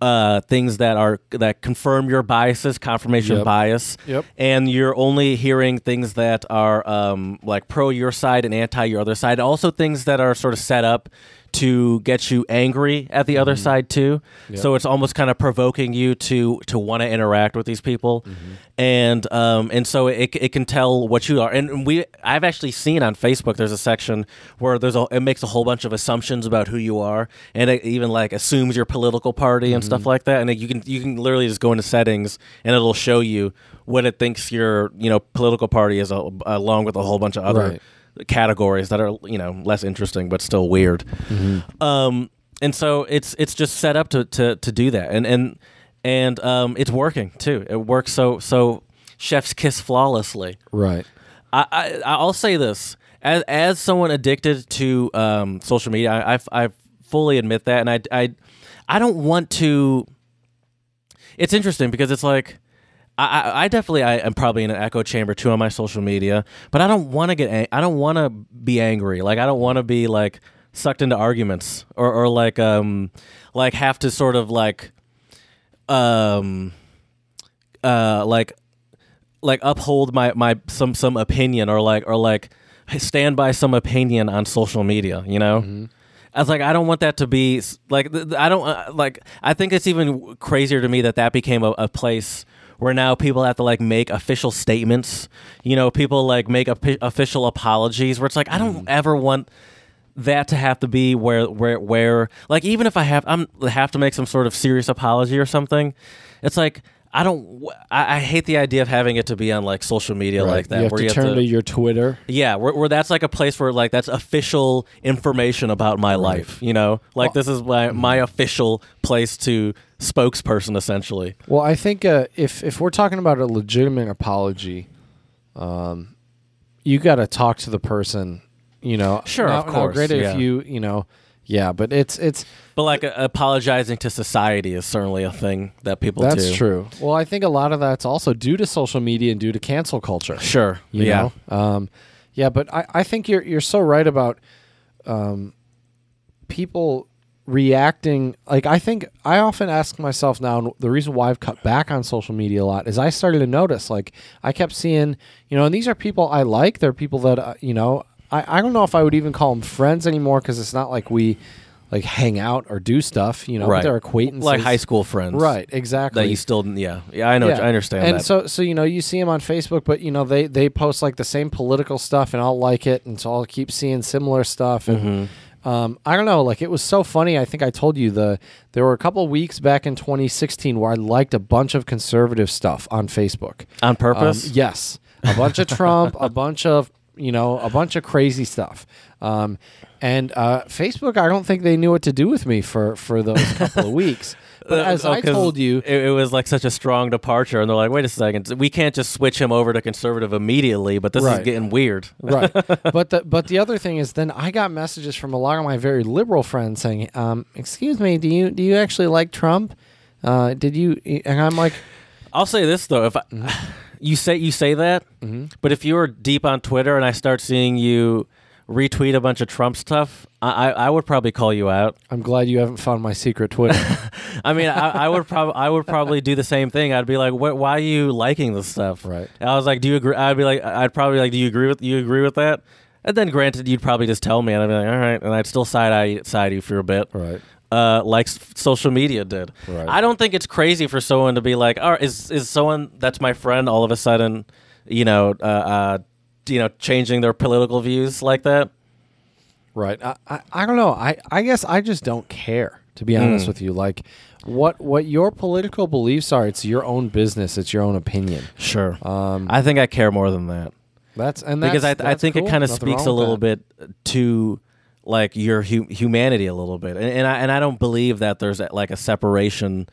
uh, things that are that confirm your biases, confirmation
Yep.
bias,
Yep.
and you're only hearing things that are um, like pro your side and anti your other side. Also, things that are sort of set up to get you angry at the other side too. So it's almost kind of provoking you to to want to interact with these people, and um, and so it, it can tell what you are. And we I've actually seen on Facebook there's a section where there's a it makes a whole bunch of assumptions about who you are, and it even like assumes your political party and stuff like that. And it, you can you can literally just go into settings and it'll show you what it thinks your you know political party is al- along with a whole bunch of other
Right.
categories that are you know less interesting but still weird um and so it's it's just set up to to, to do that and and and um it's working too it works so so chef's kiss flawlessly
right
I, I I'll say this as as someone addicted to um, social media, I, I I fully admit that, and I I I don't want to. It's interesting because it's like. I, I- I definitely I am probably in an echo chamber too on my social media, but I don't want to get ang- I don't want to be angry. Like I don't want to be like sucked into arguments or or like um like have to sort of like um uh, like like uphold my my some some opinion or like or like stand by some opinion on social media you know i was like i don't want that to be s- like th- th- i don't uh, like i think it's even w- crazier to me that that became a, a place where now people have to like make official statements you know people like make op- official apologies where it's like i
Mm.
don't ever want that to have to be where where where like even if I have I'm have to make some sort of serious apology or something, it's like I don't I, I hate the idea of having it to be on like social media like that
you have
where
to
you
turn
have to,
to your Twitter.
yeah where, where that's like a place where like that's official information about my life you know like this is my
Mm.
my official place to spokesperson essentially
Well, I think uh, if if we're talking about a legitimate apology, um, you got to talk to the person. You know,
Sure,
Now-
of
now
course,
great
yeah.
if you you know, yeah, but it's it's
but like a- apologizing to society is certainly a thing that people
that's
do
true. Well, I think a lot of that's also due to social media and due to cancel culture.
sure
you
yeah
know um yeah but i i think you're you're so right about um people reacting like i think i often ask myself now and the reason why i've cut back on social media a lot is i started to notice like i kept seeing you know and these are people i like they're people that uh, you know I, I don't know if i would even call them friends anymore because it's not like we like hang out or do stuff you know but
right
they're acquaintances
like high school friends
right exactly
that you still yeah yeah I know
yeah.
I understand
and
that
so so you know you see them on facebook but you know they they post like the same political stuff and i'll like it and so i'll keep seeing similar stuff and
Mm-hmm.
um, i don't know like it was so funny i think i told you the there were a couple weeks back in 2016 where i liked a bunch of conservative stuff on facebook
on
Um,
purpose.
yes a bunch of trump a bunch of you know a bunch of crazy stuff um, and uh, facebook i don't think they knew what to do with me for for those couple of weeks but
Uh,
as
oh,
i
'cause
told you
it, it was like such a strong departure, and they're like, "Wait a second, we can't just switch him over to conservative immediately." But this
Right.
is getting weird.
right but the but the other thing is then i got messages from a lot of my very liberal friends saying um, excuse me do you do you actually like trump uh, did you and i'm like
I'll say this though: if I, you say you say that, but if you were deep on Twitter and I start seeing you retweet a bunch of Trump stuff, I, I, I would probably call you out.
i'm glad you haven't found my secret twitter
I mean, I, I would probably I would probably do the same thing. I'd be like, "Wh- "Why are you liking this stuff?"
Right.
And I was like, "Do you agree?" I'd be like, "I'd probably like, do you agree with you agree with that?" And then, granted, you'd probably just tell me, and I'd be like, "All right," and I'd still side eye side you for a bit,
right
uh, like s- social media did.
Right.
I don't think it's crazy for someone to be like, "All right, is is someone that's my friend all of a sudden, you know, uh, uh, you know, changing their political views like that?"
right I, I, I don't know I, I guess i just don't care to be
Mm.
honest with you like what what your political beliefs are it's your own business it's your own opinion
Sure.
um,
I think I care more than that.
that's and that's,
because I, I
that's
think
cool.
it kind of
Nothing
speaks
wrong
a
with
little
that.
bit to like your hu- humanity a little bit, and, and I and I don't believe that there's like a separation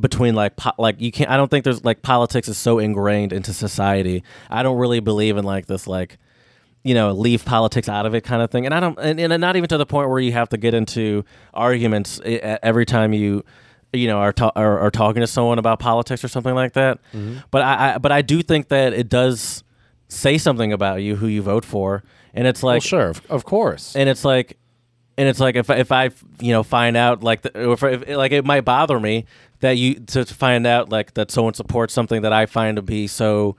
between like po- like you can't. I don't think there's like politics is so ingrained into society. I don't really believe in like this like you know leave politics out of it kind of thing and i don't and, and not even to the point where you have to get into arguments e- e- every time you you know are, ta- are, are talking to someone about politics or something like that but I, I but i do think that it does say something about you who you vote for and it's like
well, sure of, of course
and it's like and it's like if if I you know find out like the, or if, if like it might bother me that you to, to find out like that someone supports something that I find to be so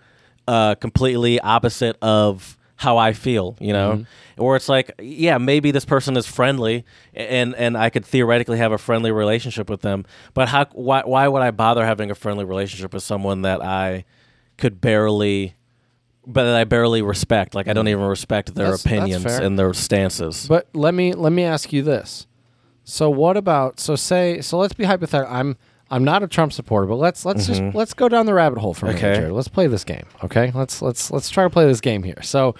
uh, completely opposite of how I feel, you know,
Mm-hmm.
or it's like yeah maybe this person is friendly and and I could theoretically have a friendly relationship with them, but how why why would I bother having a friendly relationship with someone that I could barely but that I barely respect. Like I don't even respect
Mm.
their
That's- that's
opinions
fair.
and their stances.
But let me let me ask you this. So what about so say so let's be hypothetical. I'm I'm not a Trump supporter, but let's let's just let's go down the rabbit hole for a minute.
Mm-hmm. Okay.
Jared. Let's play this game. Okay? Let's let's let's try to play this game here. So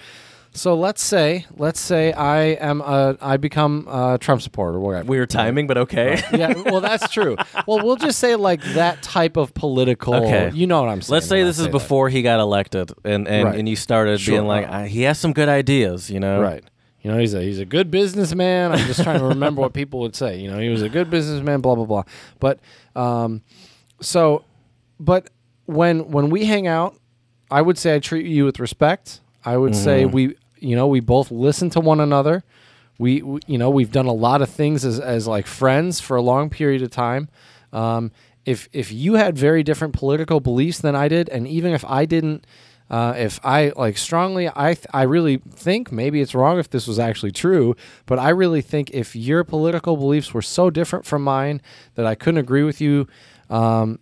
so let's say let's say I am a I become a Trump supporter, whatever.
Weird timing, but okay.
yeah, well that's true. Well, we'll just say like that type of political
Okay.
you know what I'm saying.
Let's say
when I
this is
that.
before he got elected, and and,
Right.
and you started
Sure.
being like, I, he has some good ideas, you know?
Right. You know, he's a he's a good businessman. I'm just trying to remember what people would say. You know, he was a good businessman, blah blah blah. But um so but when when we hang out, I would say I treat you with respect. I would say we you know, we both listen to one another. We, we you know, we've done a lot of things as as like friends for a long period of time. Um if if you had very different political beliefs than I did, and even if I didn't, uh, if I like strongly, I th- I really think maybe it's wrong if this was actually true, but I really think if your political beliefs were so different from mine that I couldn't agree with you, um,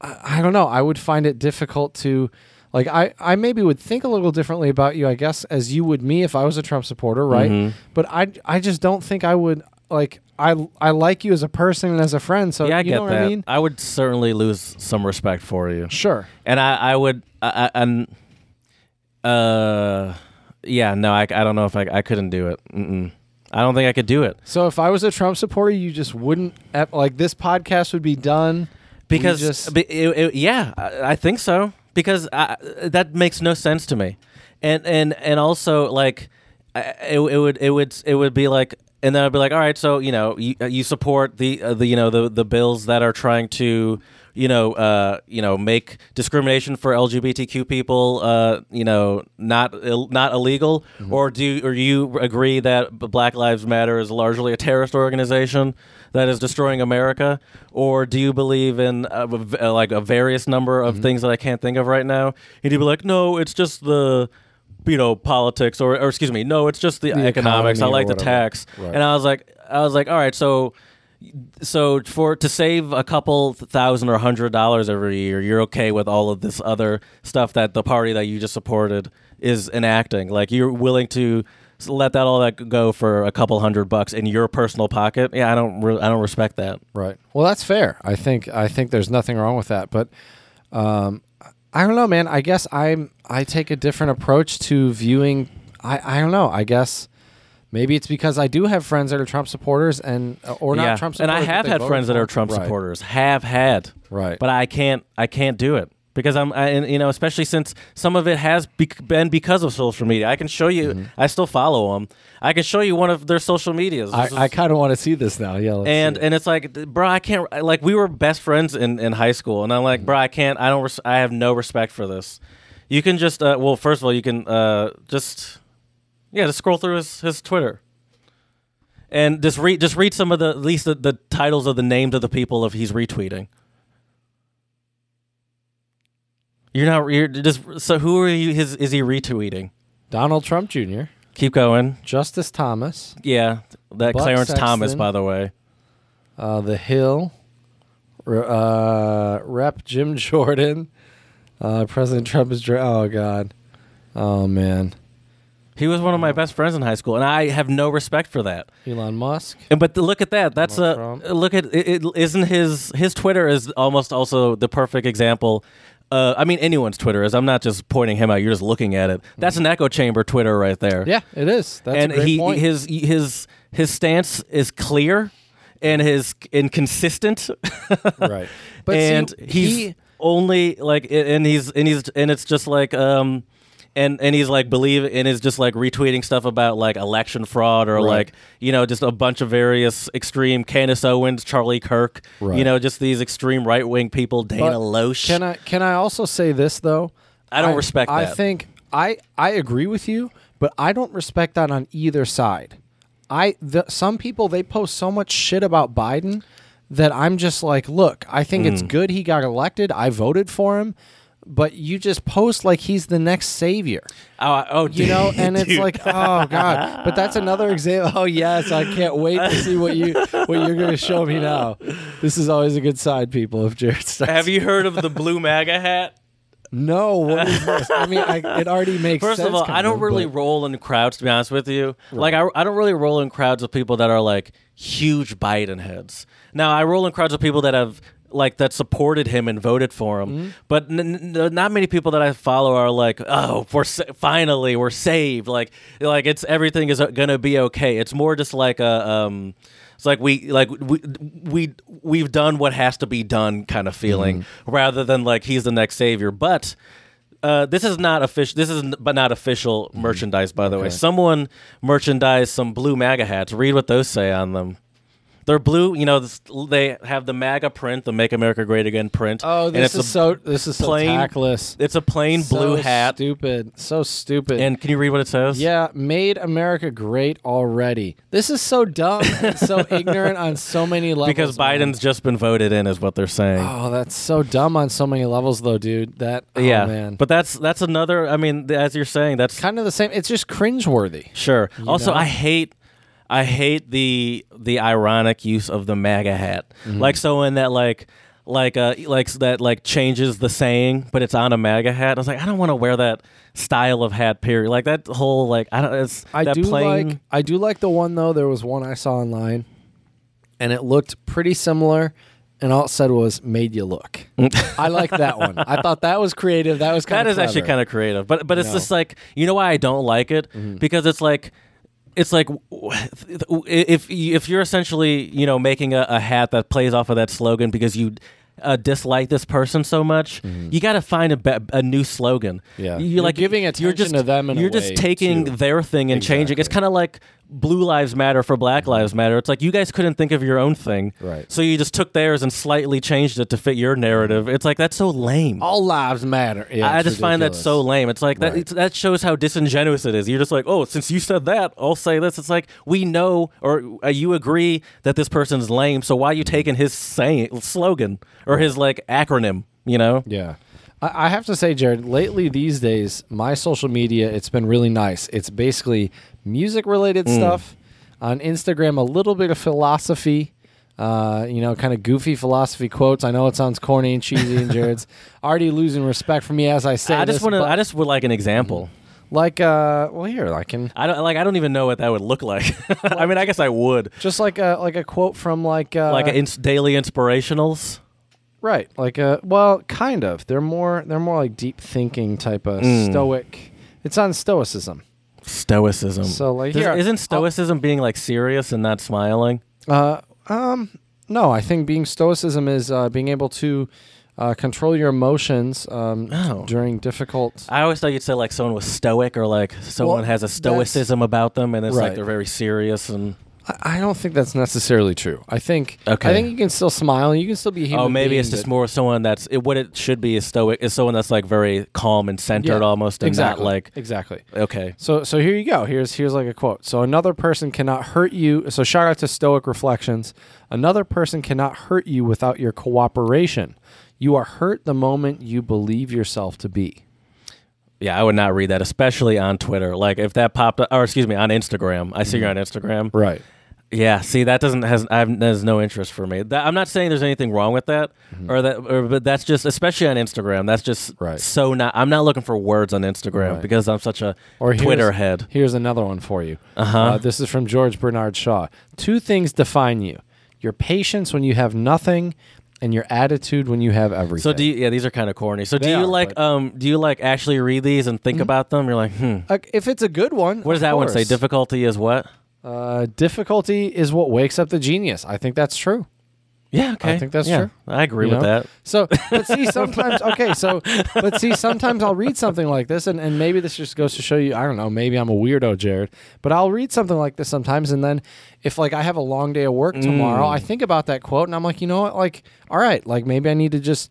I, I don't know. I would find it difficult to. Like I, I maybe would think a little differently about you, I guess, as you would me if I was a Trump supporter, right?
Mm-hmm.
But I, I just don't think I would like. I, I like you as a person and as a friend, so
yeah, I
you
get
know what
that.
I mean.
would certainly lose some respect for you.
Sure.
and I, I would, I, I, I'm, uh, yeah, no, I, I don't know if I, I couldn't do it. Mm-mm. I don't think I could do it
So if I was a Trump supporter, you just wouldn't ep- like this podcast would be done We
because,
just-
be- it- it- yeah, I, I think so because I, that makes no sense to me, and and and also like, I- it, it would it would it would be like. And then I'd be like, all right, so you know, you, uh, you support the uh, the you know the the bills that are trying to you know uh, you know make discrimination for LGBTQ people uh, you know not Ill, not illegal, or do or you agree that B- Black Lives Matter is largely a terrorist organization that is destroying America, or do you believe in uh, v- uh, like a various number
Mm-hmm.
of things that I can't think of right now? And you'd be like, no, it's just the you know politics, or, or excuse me, no, it's just the,
The
economics.
economy
I
or
like the
whatever.
tax,
Right.
and I was like, I was like, all right, so so for to save a couple thousand or hundred dollars every year, you're okay with all of this other stuff that the party that you just supported is enacting. Like you're willing to s- let that all that go for a couple hundred bucks in your personal pocket. Yeah, I don't re- I don't respect that.
Right. Well, that's fair. I think I think there's nothing wrong with that, but um, I don't know, man. I guess I'm I take a different approach to viewing. I I don't know. I guess maybe it's because I do have friends that are Trump supporters and uh, or not
yeah.
Trump
and
supporters.
I
but
have
they
had
voted
friends that
for
are
him.
Trump
Right.
supporters. Have had.
Right.
But I can't I can't do it because I'm I, and, you know especially since some of it has bec been because of social media. I can show you.
Mm-hmm.
I still follow them. I can show you one of their social medias. This is-
I, I kind of want to see this now. Yeah. Let's
and
see.
and it's like th- bro i can't I- like we were best friends in in high school and i'm like
Mm-hmm.
bro i can't i don't res- i have no respect for this you can just uh, well first of all you can uh just yeah just scroll through his his twitter and just read just read some of the at least the, the titles of the names of the people of he's retweeting you're not you're just so who are you his is he retweeting
Donald Trump Jr.,
keep going
Justice Thomas,
yeah that
Buck
clarence thomas
Sexton.
by the way
uh, The Hill, re- uh, Rep Jim Jordan, uh, President Trump is. Dr- oh God, oh man,
He was one of my best friends in high school, and I have no respect for that.
Elon Musk.
And but the, look at that. That's
Donald
a
Trump.
look at it, it. Isn't his his Twitter is almost also the perfect example. Uh, I mean, anyone's Twitter is. I'm not just pointing him out. You're just looking at it. That's an echo chamber Twitter right there.
Mm-hmm. Yeah, it is. That's
and
a great
he
point.
his his his stance is clear, and his inconsistent.
right,
and
see,
he's
he-
only like a- and he's and he's and it's just like um and and he's like believe and is just like retweeting stuff about like election fraud or like you know just a bunch of various extreme Candace Owens, Charlie Kirk,
Right.
you know just these extreme right wing people, Dana
But
Loesch.
Can I can I also say this though?
I don't respect
I
that.
think I I agree with you, but I don't respect that on either side. I the, some people they post so much shit about Biden that I'm just like, look, I think it's
Hmm.
good he got elected. I voted for him, but you just post like he's the next savior,
oh, I- oh,
you
dude.
know? And it's
Dude.
like, oh god. But that's another example. Oh yes, I can't wait to see what you what you're going to show me now. This is always a good side, people. If Jared starts
have you heard of the blue MAGA hat?
no, what is this? I mean, I, it already makes
First
sense.
of all, I
kind
don't
of,
really
but-
roll in crowds, to be honest with you. Like, I, I don't really roll in crowds of people that are like huge Biden heads. Now, I roll in crowds of people that have like that supported him and voted for him,
Mm-hmm.
but n- n- n- not many people that I follow are like, oh, we're sa- finally we're saved. Like, like it's everything is uh, gonna be okay. It's more just like a. Um, it's like we like we we we've done what has to be done kind of feeling,
Mm-hmm.
rather than like he's the next savior. But uh, this is not official. This is n- but not official
Mm-hmm.
merchandise, by the way. Someone merchandise some blue MAGA hats. Read what those say on them. They're blue. You know, this, they have the MAGA print, the Make America Great Again print.
Oh,
and
this
it's
is
a,
so this is so
plain
tactless.
It's a plain
So
blue hat.
Stupid. So stupid.
And can you read what it says?
yeah, made America great already. This is so dumb and so ignorant on so many levels.
Because
man.
Biden's just been voted in, is what they're saying.
Oh, that's so dumb on so many levels though, dude. That oh,
yeah,
man.
but that's that's another. I mean, th- as you're saying, that's
kind of the same. It's just cringeworthy.
Sure. also,
know?
I hate I hate the the ironic use of the MAGA hat.
Mm-hmm.
Like so in that like like uh like that like changes the saying, but it's on a MAGA hat. I was like, I don't want to wear that style of hat. Period. Like that whole like I don't. It's
I
that
do
plain.
like I do like the one though. There was one I saw online, and it looked pretty similar, and all it said was "made you look." I like that one. I thought that was creative. That was kind
that is actually kind of creative, but but it's
No. Mm-hmm.
just like you know why I don't like it because it's like it's like if if you're essentially you know making a, a hat that plays off of that slogan because you uh, dislike this person so much, you got to find a, be- a new slogan.
Mm-hmm. Yeah.
you're,
You're
like
giving
you're
attention
just,
to them in a
you're just
way,
taking
too.
their thing and changing. It's kind of like Blue Lives Matter for Black Lives Matter. It's like you guys couldn't think of your own thing,
Mm-hmm. Right.
So you just took theirs and slightly changed it to fit your narrative. It's like that's so lame.
all lives matter. Yeah,
I
it's
just find that so
ridiculous.
lame. It's like that.
Right.
It's, that shows how disingenuous it is. You're just like, oh, since you said that, I'll say this. It's like we know or uh, you agree that this person's lame. So why are you taking his saying slogan or his like acronym? You know?
Yeah. I I have to say, Jared, lately these days, my social media, it's been really nice. It's basically music related
Mm.
stuff on Instagram, a little bit of philosophy, uh, you know, kind of goofy philosophy quotes. I know it sounds corny and cheesy, and Jared's already losing respect for me as I say
I
this,
just
Mm-hmm.
want to.
but
I just would like an example.
like, uh, well, here, I can.
I don't like. I don't even know what that would look like. I mean, I guess I would.
Just like a like a quote from like uh,
Like ins- daily inspirationals.
Right. Like uh well, kind of. They're more they're more like deep thinking type of
Mm.
stoic. It's on stoicism.
Stoicism.
So, like,
Um, Does-
here-
isn't stoicism being like serious and not smiling?
Uh, um, no, I think being stoicism is uh, being able to uh, control your emotions um,
Oh.
during difficult.
I always thought you'd say like someone was stoic or like someone
Well,
has a stoicism about them and it's
Right.
like they're very serious and
I, I don't think that's necessarily true. I think
Okay.
I think you can still smile. You can still be a human.
oh maybe it's
being,
just
but-
more someone that's it, what it should be is stoic is someone that's like very calm and centered
Yeah,
almost and
exactly,
not like
exactly.
okay
So so here you go. Here's here's like a quote. So another person cannot hurt you. So shout out to Stoic Reflections. Another person cannot hurt you without your cooperation. You are hurt the moment you believe yourself to be.
yeah I would not read that especially on Twitter like if that popped up or excuse me on Instagram I see you're on
Mm-hmm.
Instagram
Right.
yeah see that doesn't has I've, there's no interest for me that, I'm not saying there's anything wrong with that or that or, but that's just especially on Instagram that's just
Mm-hmm. Right.
so not I'm not looking for words on Instagram
Right.
because I'm such a
Or here's-
Twitter head.
Here's another one for you. Uh-huh. this is from George Bernard Shaw. Two things define you: your patience when you have nothing, and your attitude when you have everything.
So do you, yeah, these are kind of corny. So do
They
you
are,
like
but- Mm-hmm.
um do you like actually read these and think about them? You're like, hmm.
Uh, if it's a good one,
What does that one say?
Difficult.
Difficulty is what?
uh, difficulty is what wakes up the genius. I think that's true.
Yeah, okay.
think that's
Yeah,
true.
I agree
you
with
know?
that.
So, but see, sometimes okay. So, but see, sometimes I'll read something like this, and, and maybe this just goes to show you. I don't know. Maybe I'm a weirdo, Jared. But I'll read something like this sometimes, and then if like I have a long day of work tomorrow,
Mm.
I think about that quote, and I'm like, you know what? Like, all right, like maybe I need to just,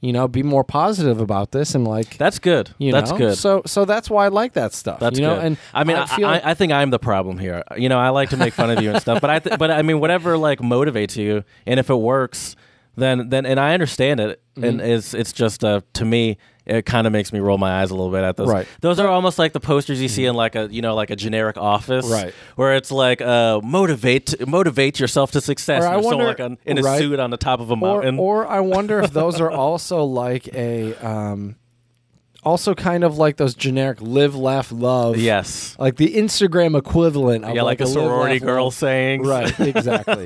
you know, be more positive about this, and like
That's good.
you
that's
know?
good.
So, so that's why I like that stuff.
that's
you know,
good.
and
I mean, I,
feel
I, I think I'm the problem here. You know, I like to make fun of you and stuff, but I th- but I mean, whatever like motivates you, and if it works, then then and I understand it,
Mm-hmm.
and it's it's just uh, to me. It kind of makes me roll my eyes a little bit at those.
Right. Mm-hmm.
Those are almost like the posters you see in like a you know like a generic office,
Right.
Where it's like uh, motivate motivate yourself to success.
Or
and
I
there's someone,
wonder-
like on, in a
right.
suit on the top of a
or,
mountain.
or I wonder if those are also like a, um, also kind of like those generic live, laugh, love.
yes,
Like the Instagram equivalent of
yeah, like, a
live,
sorority
laugh,
girl
love.
saying,
Right, exactly.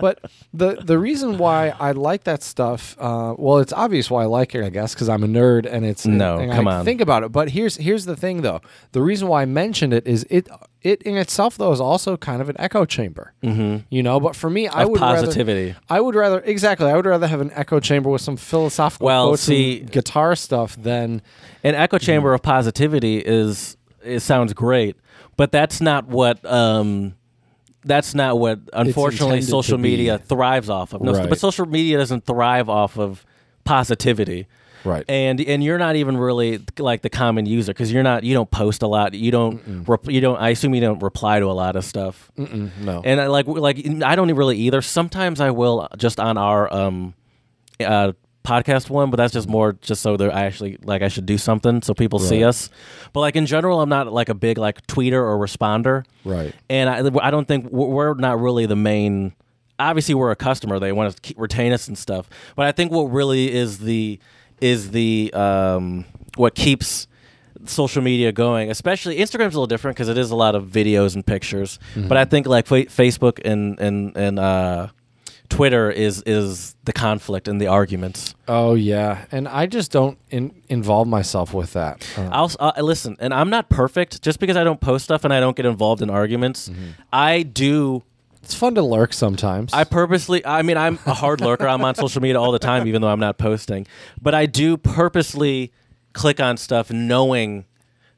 but the the reason why I like that stuff, uh, well, it's obvious why I like it, I guess, because I'm a nerd and it's
No,
and
come
I
on.
Think about it. But here's here's the thing, though. The reason why I mentioned it is it it in itself though is also kind of an echo chamber. Mm-hmm. You know, but for me, I
Of
would
positivity.
Rather, I would rather exactly. I would rather have an echo chamber with some philosophical
Well,
quotes and
see-
guitar stuff than
an echo
Mm-hmm.
chamber of positivity is it sounds great, but that's not what um that's not what unfortunately
intended
social
to be.
media thrives off of. No,
Right.
but social media doesn't thrive off of positivity.
Right.
And and you're not even really like the common user because you're not you don't post a lot. You don't rep, you don't. I assume you don't reply to a lot of stuff.
Mm, no.
And I like like I don't e, really either. Sometimes I will uh, just on our um uh podcast one, but that's just more just so that I actually like I should do something so people see
Right.
us. But like in general, I'm not like a big like tweeter or responder.
Right.
And I I don't think we're we're not really the main. Obviously, we're a customer. They want to keep, retain us and stuff. But I think what really is the is the um what keeps social media going, especially Instagram's a little different because it is a lot of videos and pictures. But I think like fa- Facebook and and and uh, Twitter is is the conflict and the arguments.
Oh yeah, and I just don't in- involve myself with that. Uh,
I'll s- uh, listen, and I'm not perfect. Just because I don't post stuff and I don't get involved in arguments, I do.
it's fun to lurk sometimes.
I purposely. I mean, I'm a hard lurker. I'm on social media all the time, even though I'm not posting. But I do purposely click on stuff, knowing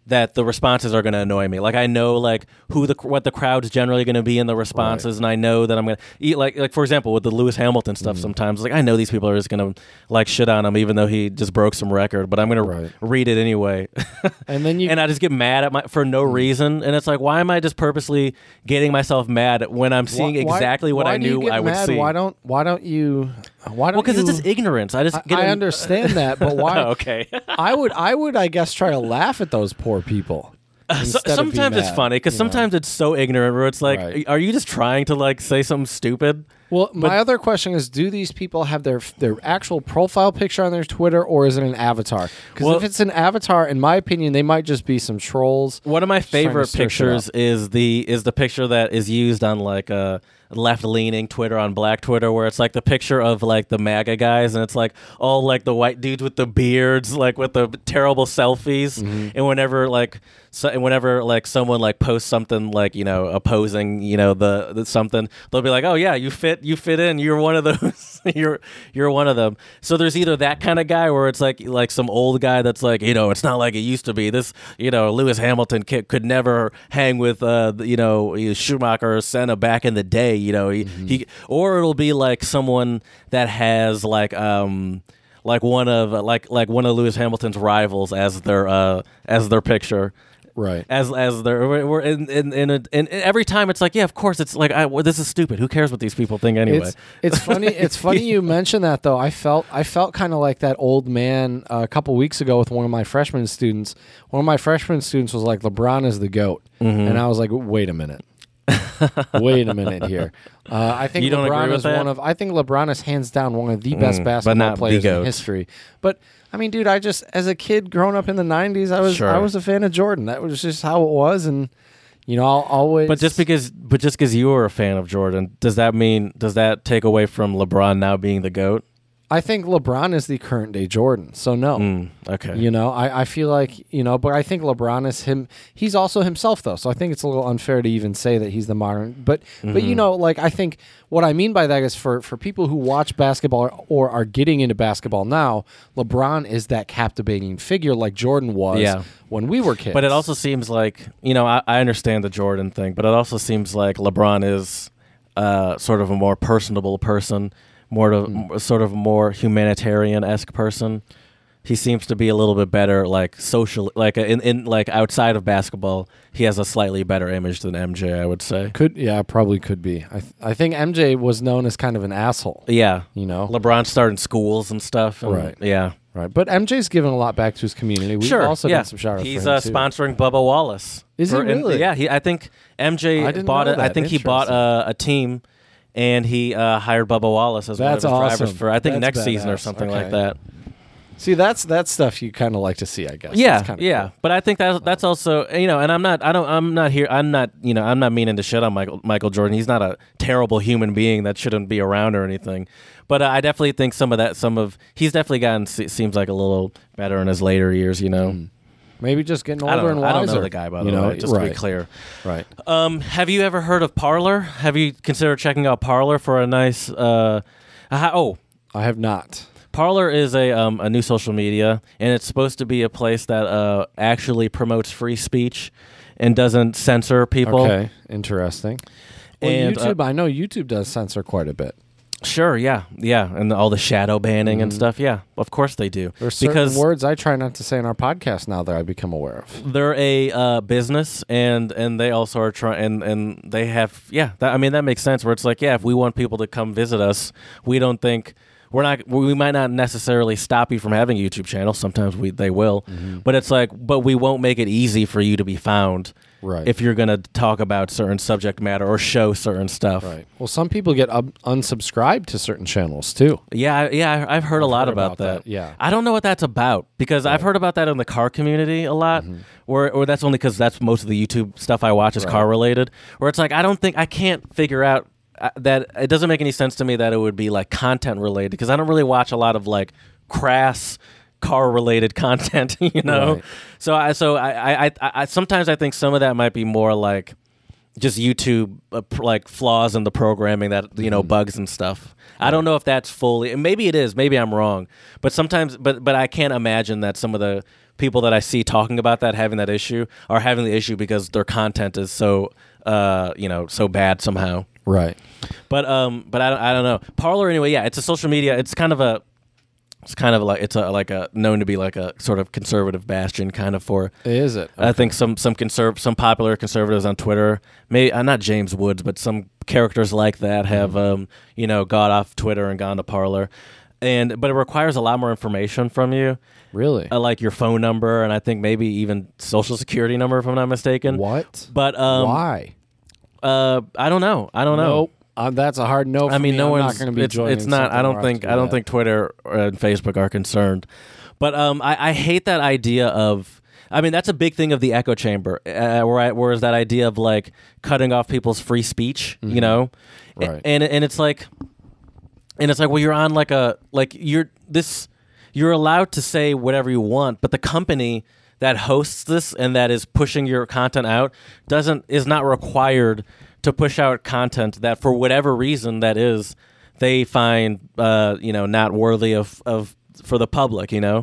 that the responses are going to annoy me. Like I know like who the what the crowd's generally going to be in the responses, and I know that I'm going to eat like like for example with the Lewis Hamilton stuff. Sometimes like I know these people are just going to like shit on him, even though he just broke some record. But I'm going
Right.
to read it anyway.
and then you Mm.
and I just get mad at my for no reason. And it's like, why am I just purposely getting myself mad when I'm seeing
Why-
exactly what
why
I
do you
knew
get
I would
mad?
see?
Why don't Why don't you? Why don't
well, because
you,
it's just ignorance. I just get.
I, I
an-
understand that, but why?
Oh, okay.
I would I would I guess try to laugh at those poor people.
So-
instead of being
sometimes it's
mad,
funny because
you know?
sometimes it's so ignorant where it's like,
Right.
are you just trying to like say something stupid?
Well, my other question is: Do these people have their their actual profile picture on their Twitter, or is it an avatar? Because
Well-
if it's an avatar, in my opinion, they might just be some trolls.
One of my
trying to
favorite
stir shit
pictures is the is the picture that is used on like uh, left leaning Twitter on Black Twitter, where it's like the picture of like the MAGA guys, and it's like all like the white dudes with the beards, like with the terrible selfies,
Mm-hmm.
and whenever like so, and whenever like someone like posts something like you know opposing you know the, the something, they'll be like, oh yeah, you fit you fit in, you're one of those, you're you're one of them. So there's either that kind of guy where it's like like some old guy that's like you know it's not like it used to be. This you know Lewis Hamilton kid could never hang with uh the- you know Schumacher or Senna back in the day. You know he, he or it'll be like someone that has like um like one of like like one of Lewis Hamilton's rivals as their uh as their picture
Right.
as as they're we're- we're in in in, a, in every time it's like yeah of course it's like I, well, this is stupid who cares what these people think anyway
It's, it's funny. It's funny you mention that though. I felt I felt kind of like that old man uh, a couple weeks ago with one of my freshman students. One of my freshman students was like, "LeBron is the goat,"
Mm-hmm.
and I was like, "Wait a minute." Wait a minute here. Uh, I think
You don't agree
LeBron
with
is
that?
one of. I think LeBron is hands down one of the best basketball
Mm, not the
players in
GOAT.
history. But I mean, dude, I just as a kid growing up in the '90s, I was
Sure.
I was a fan of Jordan. That was just how it was, and you know, I'll always.
but just because but just because you were a fan of Jordan does that mean does that take away from LeBron now being the goat
I think LeBron is the current day Jordan. So no.
mm, okay
You know, I, I feel like, you know, but I think LeBron is him. He's also himself, though. So I think it's a little unfair to even say that he's the modern. But, but
Mm-hmm.
you know, like, I think what I mean by that is for, for people who watch basketball or are getting into basketball now, LeBron is that captivating figure like Jordan was
Yeah.
when we were kids.
but it also seems like you know I, I understand the Jordan thing but it also seems like LeBron is uh, sort of a more personable person more to,
Mm.
sort of more humanitarian esque person. He seems to be a little bit better, like social, like in, in like outside of basketball, he has a slightly better image than MJ. I would say.
could, yeah, probably could be. I, th- I think MJ was known as kind of an asshole,
Yeah,
you know?
LeBron started schools and stuff. and-
Right.
Yeah.
right. But MJ's given a lot back to his community. We've
sure.
also
yeah.
done some shout outs.
He's
for him,
uh,
too.
sponsoring Bubba Wallace.
Is he
For- and-
really?
yeah. He, I think MJ
I didn't
bought
know
it. I
that.
think he bought uh, a team, and he uh, hired Bubba Wallace as
That's
one of his
awesome.
drivers for I think
That's
next season or
badass.
something like
Okay.
that.
See, that's that's stuff you kind of like to see, I guess. That's
Yeah,
kinda
yeah,
cool.
but I think that that's also you know, and I'm not, I don't, I'm not here, I'm not, you know, I'm not meaning to shit on Michael Michael Jordan. He's not a terrible human being that shouldn't be around or anything. But uh, I definitely think some of that, some of he's definitely gotten se- seems like a little better in his later years. You know,
Mm. Maybe just getting older
I don't,
and
know, I
wiser.
don't know the guy by the
you know,
way, just
right,
to be clear.
Right.
Um, have you ever heard of Parlor? Have you considered checking out Parlor for a nice? Uh, aha- oh,
I have not.
Parlor is a um, a new social media, and it's supposed to be a place that uh, actually promotes free speech and doesn't censor people.
Okay. Interesting. Well,
and uh,
YouTube, I know YouTube does censor quite a bit.
sure, yeah, yeah, and all the shadow banning and stuff. Yeah, of course they do.
There's certain
because
words I try not to say in our podcast now that I become aware of.
they're a uh, business and and they also are trying and, and they have yeah that, i mean that makes sense where it's like yeah if we want people to come visit us we don't think we're not we might not necessarily stop you from having a youtube channel sometimes we they will
Mm-hmm.
but it's like but we won't make it easy for you to be found
Right.
if you're gonna talk about certain subject matter or show certain stuff
Right. Well, some people get up unsubscribed to certain channels too.
Yeah, I- yeah, I- I've heard a lot
heard
about,
about
that.
that, yeah.
I don't know what that's about because I've heard about that in the car community a lot, or or that's only because that's most of the YouTube stuff I watch is car related. Where it's like I don't think I can't figure out uh, that it doesn't make any sense to me that it would be like content related because I don't really watch a lot of like crass car related content, you know.
Right.
So I so I, I I I sometimes I think some of that might be more like just YouTube uh, pr- like flaws in the programming that you know bugs and stuff. I don't know if that's fully. and Maybe it is. Maybe I'm wrong. But sometimes, but but I can't imagine that some of the people that I see talking about that having that issue are having the issue because their content is so uh you know so bad somehow.
Right.
But um, but I don't, I don't know. Parlor anyway. Yeah, it's a social media. It's kind of a, it's kind of like it's a like a known to be like a sort of conservative bastion kind of for.
Is it?
I think some some conserv some popular conservatives on Twitter, may uh, not James Woods, but some characters like that have um you know got off Twitter and gone to Parlor, and but it requires a lot more information from you,
Really?
uh, like your phone number and I think maybe even social security number if I'm not mistaken.
what?
But um,
Why?
uh, I don't know. I don't know.
Nope. Uh, that's a hard no. For
I mean,
me.
no
I'm
one's.
not going to be
it's,
joining.
it's not.
something
I don't
where
think.
have to
I
do
don't
that.
think Twitter and Facebook are concerned, but um, I, I hate that idea of. I mean, that's a big thing of the echo chamber, uh, where I, where is that idea of like cutting off people's free speech, you know, A-
Mm-hmm. Right.
and and it's like, and it's like, well, you're on like a like you're this, you're allowed to say whatever you want, but the company that hosts this and that is pushing your content out doesn't is not required to push out content that for whatever reason that is they find uh, you know not worthy of of for the public you know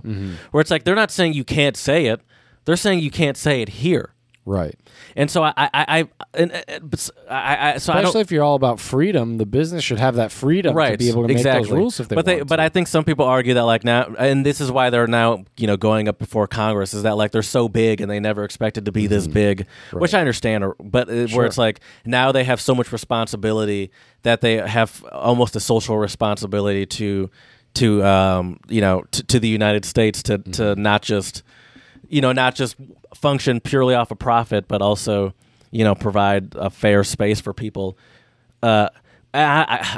where it's like they're not saying you can't say it they're saying you can't say it here
Right.
and so I I I, I and, uh, but s- I, I so I don't,
Especially if you're all about freedom, the business should have that freedom to be able to
exactly.
make those rules if they
but
want.
but
to.
I think some people argue that like now, and this is why they're now you know going up before Congress is that like they're so big and they never expected to be this
Mm-hmm.
big, which I understand. Or, but uh, where it's like now they have so much responsibility that they have almost a social responsibility to to um you know to, to the United States to to
Mm-hmm.
not just you know not just function purely off a profit but also you know provide a fair space for people uh, I,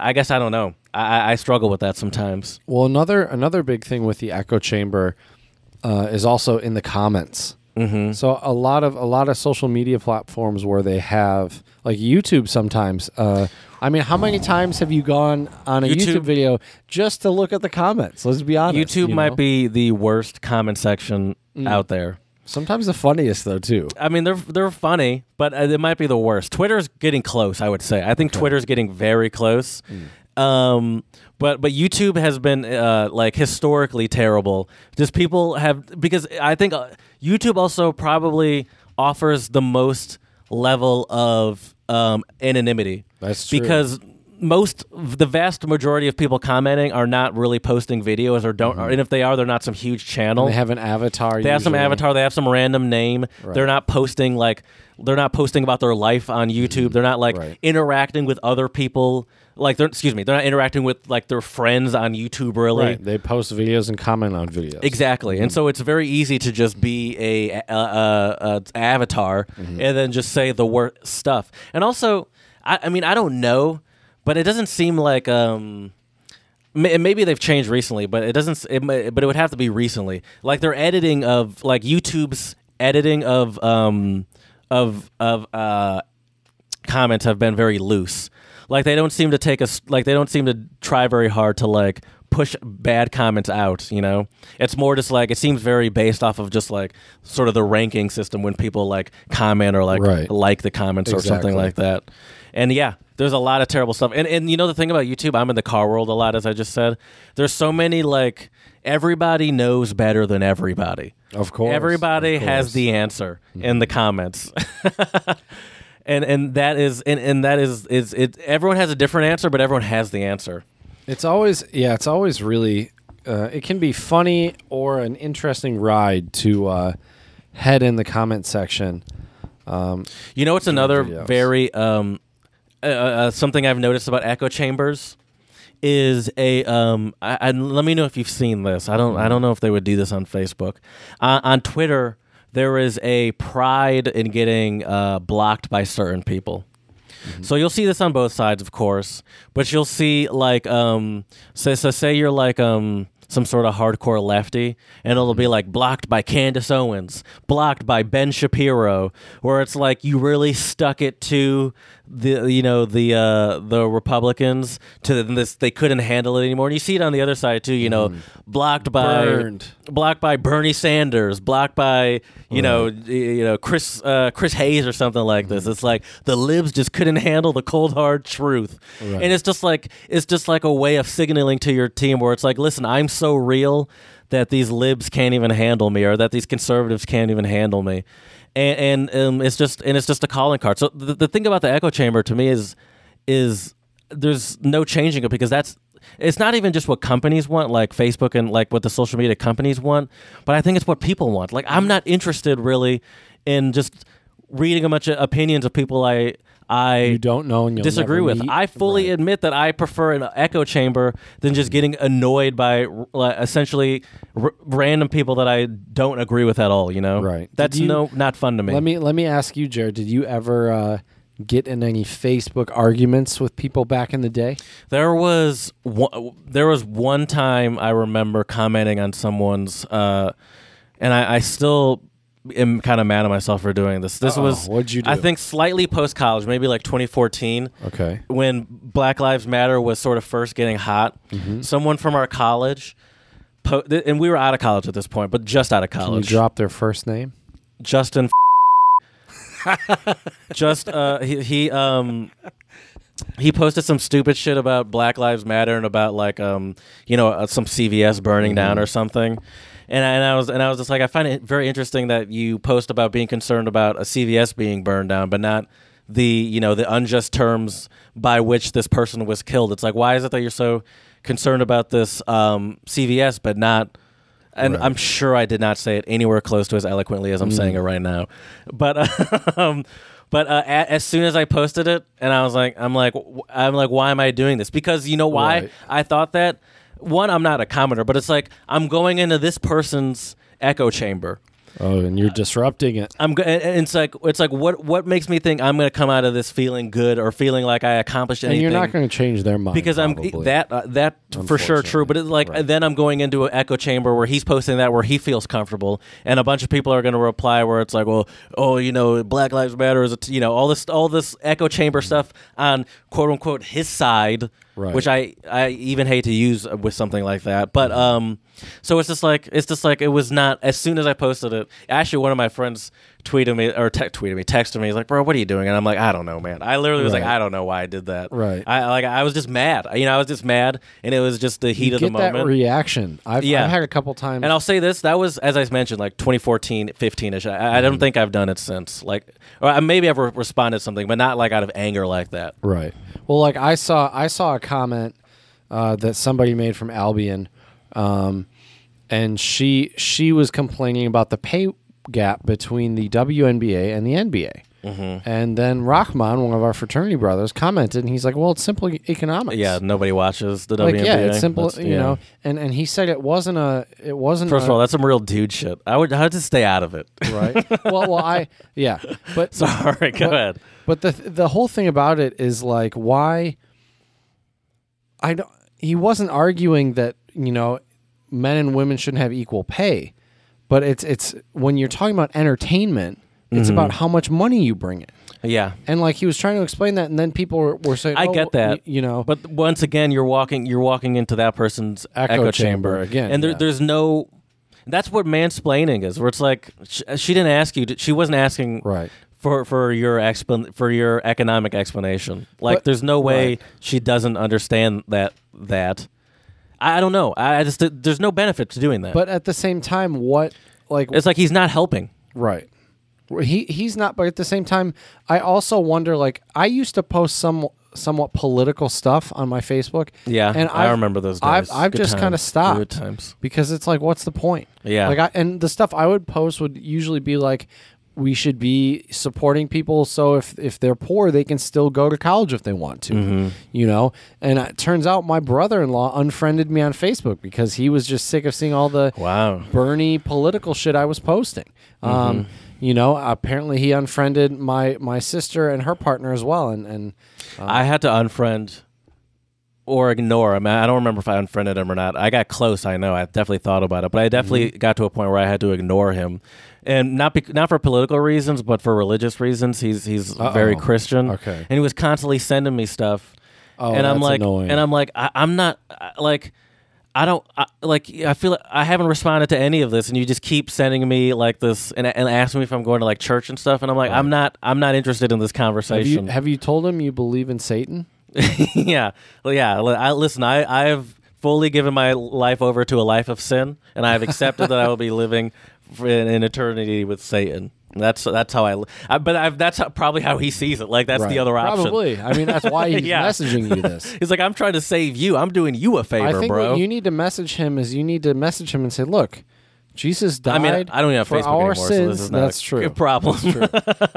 I, I guess I don't know. I, I- I struggle with that sometimes.
Well, another another big thing with the echo chamber uh, is also in the comments. Mm-hmm. So a lot of a lot of social media platforms where they have like YouTube sometimes. Uh, I mean, how many times have you gone on a
YouTube-
YouTube, video just to look at the comments? Let's be honest.
YouTube
you
might
know? Mm.
be the worst comment section out there.
sometimes the funniest though too.
I mean, they're they're funny, but uh, it might be the worst. Twitter's getting close. I would say. I think Twitter's getting very close.
Mm.
Um, but but YouTube has been uh, like historically terrible. Just people have because I think uh, YouTube also probably offers the most level of um, anonymity.
That's true.
because most the vast majority of people commenting are not really posting videos or don't
Mm-hmm.
and if they are they're not some huge channel
They have an avatar.
they have some
usually.
avatar. They have some random name. They're not posting like they're not posting about their life on YouTube. They're not like
Mm-hmm. Right.
interacting with other people. Like they're excuse me, they're not interacting with like their friends on YouTube really.
Right. They post videos and comment on videos.
Exactly, and so it's very easy to just be a, a, a, a avatar and then just say the worst stuff. And also, I, I mean, I don't know, but it doesn't seem like um, may- maybe they've changed recently, but it doesn't. s- It, may- but it would have to be recently. Like their editing of like YouTube's editing of um of of uh comments have been very loose. Like they don't seem to take us like they don't seem to try very hard to like push bad comments out, you know? It's more just like it seems very based off of just like sort of the ranking system when people like comment or like
Right.
like the comments or something
Exactly.
like that. And yeah, there's a lot of terrible stuff. And and you know the thing about YouTube, I'm in the car world a lot as I just said. There's so many like everybody knows better than everybody.
Of course. Mm-hmm.
Everybody
Of
has
course.
the answer in the comments. and and that is and, and that is is it. Everyone has a different answer, but everyone has the answer.
It's always yeah, it's always really uh, it can be funny or an interesting ride to uh, head in the comment section. Um,
You know, it's another
videos.
very um, uh, uh, something I've noticed about echo chambers is a um. I, I, let me know if you've seen this. I don't. I
Mm-hmm.
don't know if they would do this on Facebook. Uh, on Twitter, there is a pride in getting uh, blocked by certain people. So you'll see this on both sides, of course, but you'll see like um so, so say you're like um some sort of hardcore lefty and it'll be like blocked by Candace Owens, blocked by Ben Shapiro, where it's like you really stuck it to the you know the uh the Republicans to this they couldn't handle it anymore. And you see it on the other side too, you know, blocked by
Burned.
blocked by Bernie Sanders, blocked by you know y- you know Chris uh, Chris Hayes or something like this. It's like the libs just couldn't handle the cold hard truth, and it's just like it's just like a way of signaling to your team where it's like, listen, I'm so real that these libs can't even handle me, or that these conservatives can't even handle me, and, and um, it's just and it's just a calling card. So the, the thing about the echo chamber to me is is there's no changing it because that's it's not even just what companies want like facebook and like what the social media companies want but i think it's what people want like i'm not interested really in just reading a bunch of opinions of people i i
you don't know and you'll
disagree
never
with
meet.
i fully admit that i prefer an echo chamber than just getting annoyed by r- like, essentially r- random people that i don't agree with at all you know
Right.
that's
Did you-
no not fun to me
Let me let me ask you, Jared. Did you ever uh, get in any Facebook arguments with people back in the day?
There was one, there was one time I remember commenting on someone's, uh, and I, I still am kind of mad at myself for doing this. This
Uh-oh,
was
what'd you do?
I think slightly post college, maybe like 2014
Okay.
when Black Lives Matter was sort of first getting hot,
Mm-hmm.
someone from our college, po- th- and we were out of college at this point, but just out of
Can you
college.
drop their first name?
Justin. just uh, he, he um he posted some stupid shit about Black Lives Matter and about like um you know uh, some CVS burning down or something. And I, and I was and I was just like I find it very interesting that you post about being concerned about a CVS being burned down but not the you know the unjust terms by which this person was killed. It's like why is it that you're so concerned about this um CVS but not and I'm sure I did not say it anywhere close to as eloquently as I'm saying it
Mm.
right now. But um, but uh, a as soon as I posted it, and I was like, I'm like, w- I'm like, why am I doing this? Because you know why
Right.
I thought that. One, I'm not a commenter, but it's like I'm going into this person's echo chamber.
Oh, and you're disrupting it.
I'm go- and and it's like it's like what what makes me think I'm going to come out of this feeling good or feeling like I accomplished
And
anything?
you're not going to change their mind
because I'm
probably.
that uh, that for sure true. But it's like
Right.
then I'm going into an echo chamber where he's posting that where he feels comfortable, and a bunch of people are going to reply where it's like, well, oh, you know, Black Lives Matter is a t-, you know all this all this echo chamber stuff on quote unquote his side,
Mm. Right.
which I I even hate to use with something like that.
Mm-hmm.
But um, so it's just like it's just like it was not as soon as I posted it. Actually, one of my friends tweeted me or te- tweeted me, texted me. He's like, bro, what are you doing? And I'm like, I don't know, man. I literally was like,
Right.
I don't know why I did that.
Right.
I like I was just mad. You know, I was just mad, and it was just the heat
You
of the
get that
moment.
reaction. I've,
Yeah.
I've had a couple times.
and I'll say this: that was, as I mentioned, like 2014, 15 ish. I, I
Mm-hmm.
don't think I've done it since. Like, or I- maybe I've re- responded something, but not like out of anger like that.
Right. Well, like I saw, I saw a comment uh, that somebody made from Albion, um, and she she was complaining about the pay gap between the WNBA and the NBA.
Mm-hmm.
And then Rahman, one of our fraternity brothers, commented, and he's like, "Well, it's simple economics.
Yeah, nobody watches the
like
WNBA.
yeah, it's simple.
That's-
you
yeah.
know." Uh, And and he said it wasn't a it wasn't
First
a,
of all, that's some real dude shit. I would, I would just stay out of it.
right. well, well, I yeah, but
Sorry, go
But-
ahead.
But the the whole thing about it is like why I don't he wasn't arguing that, you know, men and women shouldn't have equal pay. But it's it's when you're talking about entertainment, it's
Mm-hmm.
about how much money you bring in.
Yeah,
And like he was trying to explain that and then people were, were saying
I
"Oh,
get
well, y-
that,
you know.
But once again, you're walking you're walking into that person's
Echo chamber
echo, chamber,
again,
and there,
yeah.
there's no. That's what mansplaining is, where it's like she, she didn't ask you. She wasn't asking
Right.
for for your explan for your economic explanation. Like,
But-
there's no way
right.
she doesn't understand that that. I, I don't know. I, I just there's no benefit to doing that.
but at the same time what like
it's like he's not helping.
right. He he's not, but at the same time, I also wonder. Like I used to post some somewhat political stuff on my Facebook.
Yeah,
and
I
I've-
remember those days.
I've, I've
Good
just kind of
times.
stopped
Good times.
because it's like, what's the point?
Yeah.
like I, and the stuff I would post would usually be like. We should be supporting people, so if if they're poor, they can still go to college if they want to,
Mm-hmm.
you know. And it turns out my brother-in-law unfriended me on Facebook because he was just sick of seeing all the
Wow.
Bernie political shit I was posting. Um,
Mm-hmm.
you know, apparently he unfriended my my sister and her partner as well, and and
I had to unfriend or ignore him. I don't remember if I unfriended him or not. I got close. I know. I definitely thought about it, but I definitely
Mm-hmm.
got to a point where I had to ignore him, and not bec- not for political reasons, but for religious reasons. He's he's very Christian.
Okay.
and he was constantly sending me stuff.
Oh,
and I'm
that's
like,
annoying.
and I'm like, I, I'm not I, like. I don't I, like. I feel like I haven't responded to any of this, and you just keep sending me like this, and, and asking me if I'm going to like church and stuff. And I'm like, I'm not. I'm not interested in this
have
conversation
you have you told him you believe in Satan?
yeah, Well, yeah. li- I, listen, I, I have fully given my life over to a life of sin, and I have accepted that I will be living for- in, in eternity with Satan. That's that's how I. li- I but I've, that's how, probably how he sees it. Like that's
Right.
the other option.
Probably. I mean, that's why he's
Yeah.
messaging you this.
He's like, I'm trying to save you. I'm doing you a favor,
I think
bro.
what you need to message him is you need to message him and say, look. Jesus died.
I mean, I don't even have
for
Facebook
our
anymore,
sins.
so this is not
that's
a
true.
good problem.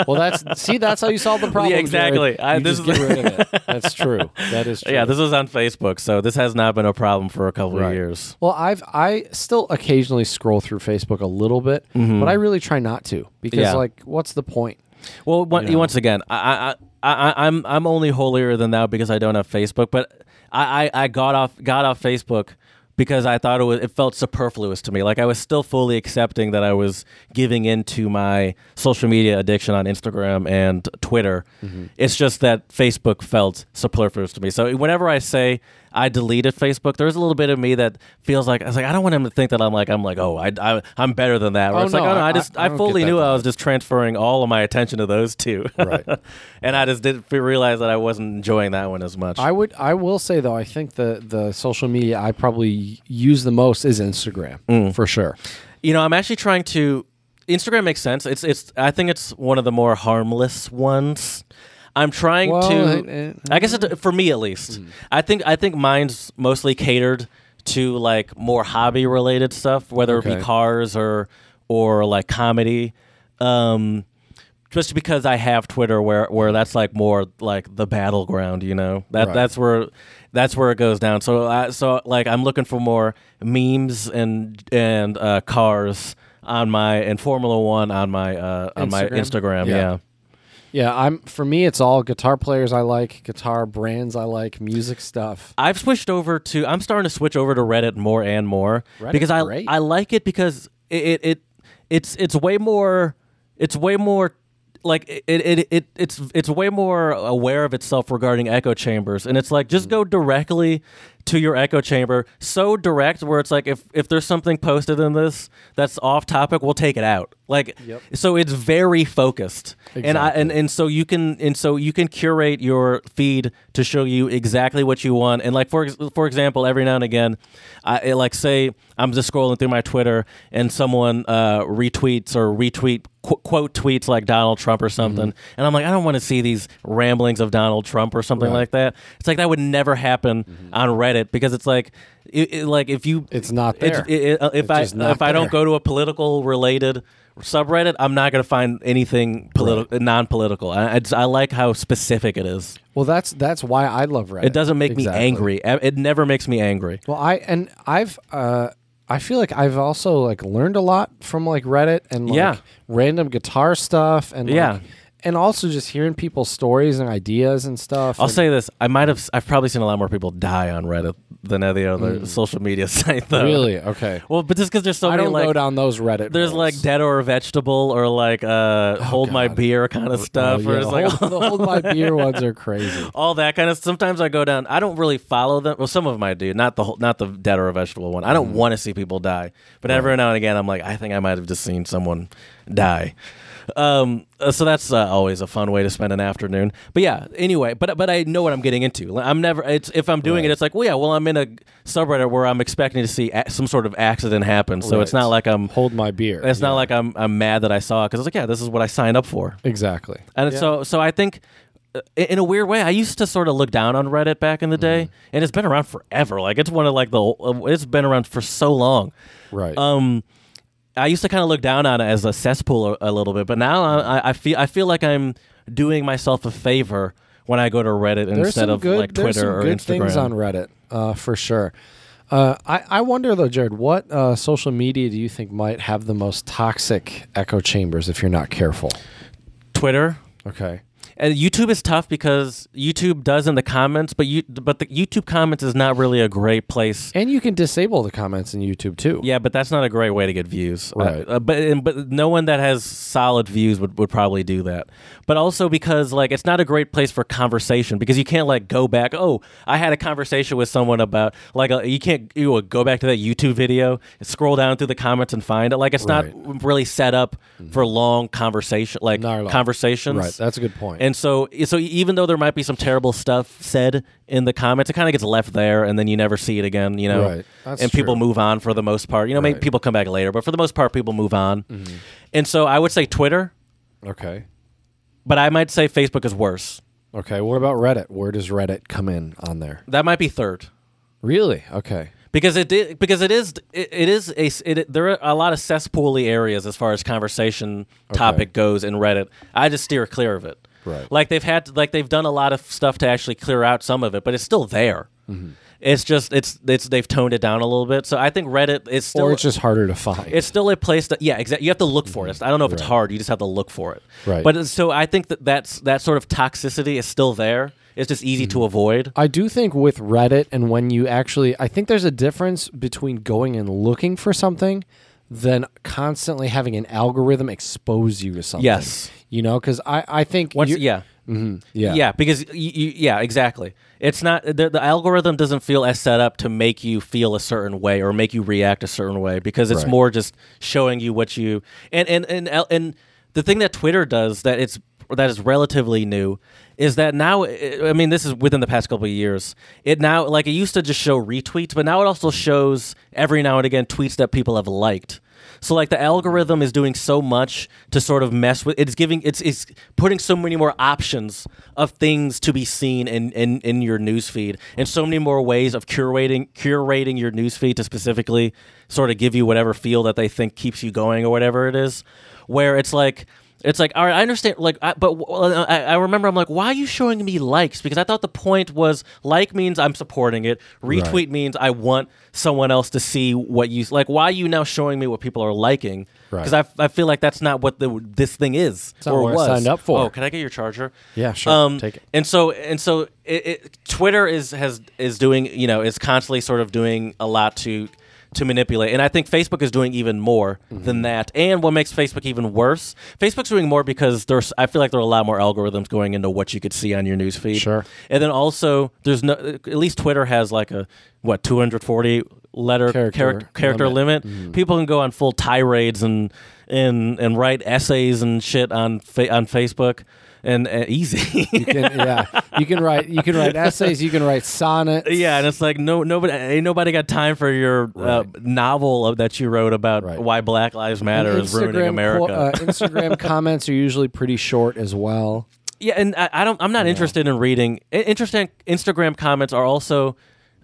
well, that's see, that's how you solve the problem. Jared.
exactly. I-
You
this
just
is-
get rid of it. That's true. That is true.
yeah, this was on Facebook, so this has not been a problem for a couple
Right.
of years.
Well, I've I still occasionally scroll through Facebook a little bit, but I really try not to because
Mm-hmm. Yeah.
like, what's the point?
Well, one, once again, I, I, I, I- I'm, I'm only holier than thou because I don't have Facebook. But I, I, I got off, got off Facebook because I thought it was, it felt superfluous to me. Like I was still fully accepting that I was giving into my social media addiction on Instagram and Twitter.
Mm-hmm.
It's just that Facebook felt superfluous to me. So whenever I say I deleted Facebook, there's a little bit of me that feels like I was like, I don't want him to think that I'm like, I'm like, oh, I, I I'm better than that. Or
Oh,
it's like,
no,
oh no,
I-
I just,
I- I
I,
don't get
fully
that
knew
vibe.
I was just transferring all of my attention to those two.
Right.
and I just didn't fe- realize that I wasn't enjoying that one as much.
I would I will say though, I think the the social media I probably use the most is Instagram
Mm.
for sure.
you know, I'm actually trying to Instagram makes sense. It's it's I think it's one of the more harmless ones. I'm trying
Well, it-
to
it- Mm.
I guess it, for me at least. I think I think mine's mostly catered to like more hobby related stuff, whether it
Okay.
be cars or or like comedy. Um just because I have Twitter where where that's like more like the battleground, you know. That
Right.
that's where that's where it goes down. So I, so like I'm looking for more memes and and uh, cars on my and Formula 1 on my uh on my
Instagram?
Instagram,
Yeah.
yeah.
Yeah, I'm for me it's all guitar players I like, guitar brands I like, music stuff.
I've switched over to I'm starting to switch over to Reddit more and more
Reddit's
because I
great.
I like it because it, it it it's it's way more it's way more like it, it it it's it's way more aware of itself regarding echo chambers and it's like
Hmm.
just go directly to your echo chamber so direct where it's like if if there's something posted in this that's off topic we'll take it out like so it's very focused and I and, and so you can and so you can curate your feed to show you exactly what you want. And like for ex- for example, every now and again, I it, like say I'm just scrolling through my Twitter and someone uh, retweets or retweet qu- quote tweets like Donald Trump or something,
Mm-hmm.
and I'm like, I don't want to see these ramblings of Donald Trump or something like that. It's like that would never happen on Reddit because it's like. It, it- like if you
Mm-hmm. It's not
it's-
there.
it- it- uh, if
It's
I
just not
if I don't
there.
go to a political related subreddit, I'm not going to find anything political, non-political. I, I, just- I like how specific it is.
Well, that's that's why I love Reddit.
It doesn't make
Exactly.
me angry. Uh, It never makes me angry.
Well, I and I've uh I feel like I've also like learned a lot from like Reddit and like
Yeah.
random guitar stuff and like,
Yeah.
and also just hearing people's stories and ideas and stuff.
I'll
and-
say this: I might have s- I've probably seen a lot more people die on Reddit than any other social media site, though.
Mm. really okay.
Well, but just because there's so
I
many
don't
uh, like
go down those Reddit.
there's
roads.
like dead or a vegetable or like uh, hold my
Oh, God.
beer kind of
Oh,
stuff,
yeah,
or it's like
hold, the hold my beer ones are crazy.
all that kind of. Sometimes I go down. I don't really follow them. Well, some of them I do. Not the whole, not the
Mm-hmm.
dead or a vegetable one. I don't want to see people die. But every now and again, I'm like, I think I might have just seen someone die. Um, uh, so that's uh, always a fun way to spend an afternoon. But yeah, anyway, but but I know what I'm getting into. Like, I'm never. It's if I'm doing
Right.
it, it's like, well, yeah, well, I'm in a subreddit where I'm expecting to see a- some sort of accident happen. So it's
Right.
not like I'm.
Hold my beer.
It's
Yeah.
not like I'm. I'm mad that I saw it because it's like, yeah, this is what I signed up for.
exactly.
And so so I think uh, in a weird way I used to sort of look down on Reddit back in the day
Mm-hmm.
and it's been around forever. Like it's one of like the ol- it's been around for so long.
Right.
Um I used to kind of look down on it as a cesspool a, a little bit, but now I, I- I feel I feel like I'm doing myself a favor when I go to Reddit
there's
instead
some
of
good,
like
there's
Twitter
some
or
good
Instagram.
things on Reddit uh, for sure. Uh, I, I wonder though, Jared, what uh, social media do you think might have the most toxic echo chambers if you're not careful?
Twitter,
Okay.
And YouTube is tough because YouTube does in the comments, but you but the YouTube comments is not really a great place
And you can disable the comments in YouTube too.
Yeah, but that's not a great way to get views. Uh,
Right.
uh, but and- but no one that has solid views would, would probably do that. But also because like it's not a great place for conversation because you can't like go back. Oh, I had a conversation with someone about like uh, you can't you know, go back to that YouTube video, scroll down through the comments and find it. Like it's
Right. Mm-hmm.
not really set up for long conversation like
Not at all.
conversations.
Right. That's a good point.
And so, so even though there might be some terrible stuff said in the comments, it kind of gets left there, and then you never see it again. You know,
Right. That's
and people
true.
move on for the most part. You know, maybe
Right. Mm-hmm.
people come back later, but for the most part, people move on. And so, I would say Twitter,
okay.
but I might say Facebook is worse.
Okay. What about Reddit? Where does Reddit come in on there?
That might be third.
Really? Okay.
Because it did, because it is it, it is a s- it, there are a lot of cesspooly areas as far as conversation topic goes in Reddit. I just steer clear of it.
Right.
Like they've had like they've done a lot of stuff to actually clear out some of it, but it's still there.
Mm-hmm.
It's just it's it's they've toned it down a little bit. So I think Reddit is still
or it's just harder to find.
it's still a place that yeah exactly you have to look for it i don't know if it's hard you just have to look for it
Right.
but it's- so i think that that's that sort of toxicity is still there it's just easy
Mm-hmm.
to avoid
I do think with Reddit and when you actually, I think there's a difference between going and looking for something than constantly having an algorithm expose you to something.
Yes.
You know, because I, I think.
once
you-
yeah
Yeah.
Yeah, because y y yeah, exactly. It's not the, the algorithm doesn't feel as set up to make you feel a certain way or make you react a certain way because it's
Right.
more just showing you what you and and and el- and the thing that Twitter does that it's that is relatively new is that now I I mean this is within the past couple of years it now like it used to just show retweets but now it also shows every now and again tweets that people have liked so like the algorithm is doing so much to sort of mess with it's giving it's it's putting so many more options of things to be seen in in, in your newsfeed and so many more ways of curating curating your newsfeed to specifically sort of give you whatever feel that they think keeps you going or whatever it is where it's like it's like all right i understand like I, but well, I, I remember i'm like why are you showing me likes because i thought the point was like means i'm supporting it retweet means i want someone else to see what you like why are you now showing me what people are liking
Right.
because I, I feel like that's not what the, this thing is
not
or
what I
was
signed up for.
oh can i get your charger
Yeah, sure.
um,
Take it.
and so and so it, it, twitter is has is doing you know is constantly sort of doing a lot to to manipulate and i think facebook is doing even more
Mm-hmm.
than that and what makes facebook even worse facebook's doing more because there's i feel like there are a lot more algorithms going into what you could see on your news feed
Sure.
and then also there's no at least twitter has like a what 240 letter
Character Mm-hmm.
character, character limit. People can go on full tirades and and and write essays and shit on fa- on Facebook and uh, easy.
You can, yeah. You can write. You can write essays. You can write sonnets.
yeah, and it's like no nobody ain't nobody got time for your uh, novel of, that you wrote about
Right.
why Black Lives Matter
And
is ruining
co-
America.
uh, Instagram comments are usually pretty short as well.
yeah, and I, I don't I'm not interested in reading I- interesting Instagram comments are also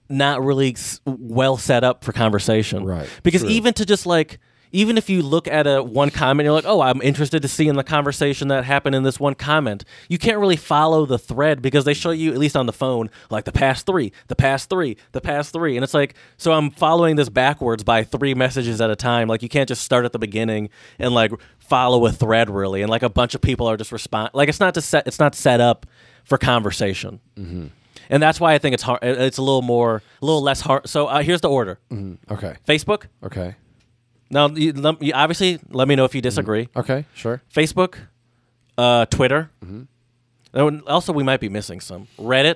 not really s- well set up for conversation.
Right,
Because
true.
even to just like even if you look at a one comment you're like oh i'm interested to see in the conversation that happened in this one comment you can't really follow the thread because they show you at least on the phone like the past three the past three the past three and it's like so i'm following this backwards by three messages at a time like you can't just start at the beginning and like follow a thread really and like a bunch of people are just respond like it's not just set it's not set up for conversation and that's why i think it's hard it's a little more a little less hard so uh, here's the order
Okay.
facebook
Okay.
now, you, lem- you obviously, let me know
Mm-hmm.
if you disagree.
Okay. Sure.
Facebook,
Mm-hmm.
uh,
Mm-hmm.
Twitter. Oh, and Also, we might be missing some. Reddit,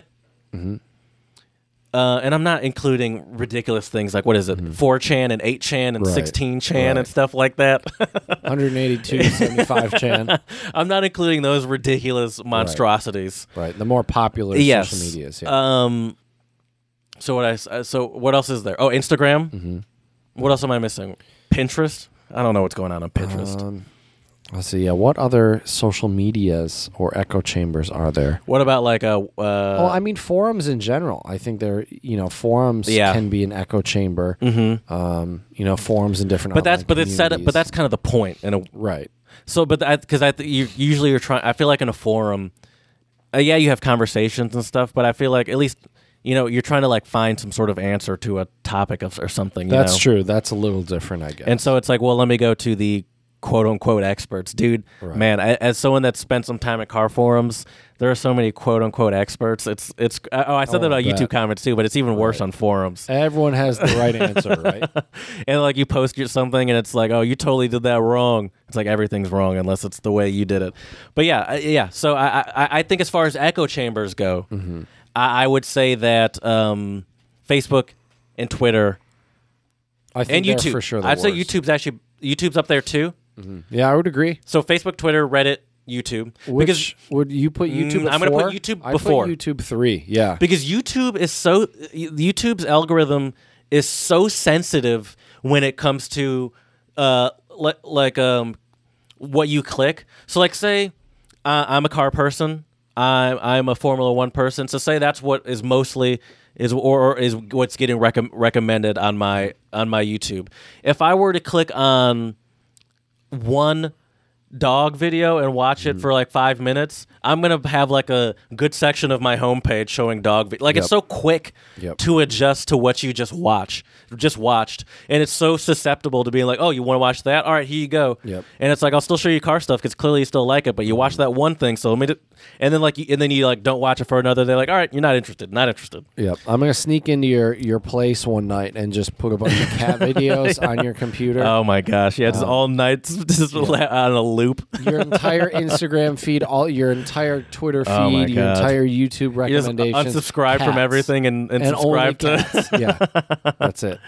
uh, and I'm not including ridiculous things like what is it, 4chan and 8chan and
Mm-hmm. Right.
16chan
Right.
and stuff like that.
182, 75 chan.
I'm not including those ridiculous monstrosities.
Right. The more popular
Yes.
social medias. Yeah.
Um. So what I s- uh, so what else is there? Oh, Instagram.
Mm-hmm.
What else am I missing? Pinterest. I don't know what's going on on Pinterest.
Um, let's see. Yeah. What other social medias or echo chambers are there?
what about like a? Uh,
well, I mean, forums in general. I think they're, you know, forums
Yeah.
can be an echo chamber. Mm-hmm. Um, you know, forums in different.
but that's
online
but it's set up. But
communities.
that's kind of the point. In a
right.
so, but because I, th- you usually you're trying. I feel like in a forum, uh, yeah, you have conversations and stuff. But I feel like at least you know you're trying to like find some sort of answer to a topic of, or something. You
That's
know?
true. That's a little different, I guess.
And so it's like, well, let me go to the quote unquote experts. Dude, man, I, as someone that's spent some time at car forums, there are so many quote unquote experts. It's, it's, uh, oh, I said
Oh,
that
I
about
bet.
YouTube comments too, but it's even worse on forums.
Everyone has the right answer, right?
And like you post your- something and it's like, oh, you totally did that wrong. It's like everything's wrong unless it's the way you did it. But yeah, I- yeah. So I, I, I think as far as echo chambers go,
Mm-hmm.
I, I would say that um, Facebook and Twitter
I think they're
and YouTube.
for sure. the
I'd say
worst.
YouTube's actually, YouTube's up there too.
Yeah, I would agree.
So Facebook, Twitter, Reddit, YouTube.
Which
because
would you put YouTube?
Mm, I'm gonna
going
put
to
YouTube
I
before.
put YouTube three. Yeah,
because YouTube is so YouTube's algorithm is so sensitive when it comes to uh like like um what you click. So like say uh, I'm a car person. I'm I'm a Formula One person. So say that's what is mostly is or, or is what's getting recom- recommended on my on my YouTube. If I were to click on one dog video and watch it for like five minutes, I'm gonna have like a good section of my homepage showing dog. Vi- like it's
Yep.
so quick
Yep.
to adjust to what you just watch, just watched, and it's so susceptible to being like, oh, you want to watch that? All right, here you go.
Yep.
And it's like I'll still show you car stuff because clearly you still like it, but you watch that one thing, so let me. d- and then like, you, and then you like don't watch it for another. They're like, all right, you're not interested, not interested.
yep. I'm gonna sneak into your your place one night and just put a bunch of cat videos on your computer.
Oh my gosh, yeah, just all night, just on a loop.
your entire Instagram feed, all your entire Twitter feed,
Oh my
your
God.
entire YouTube
You just
recommendations.
unsubscribe from
cats.
everything and, and,
and
subscribe
only
to.
cats. yeah, that's it.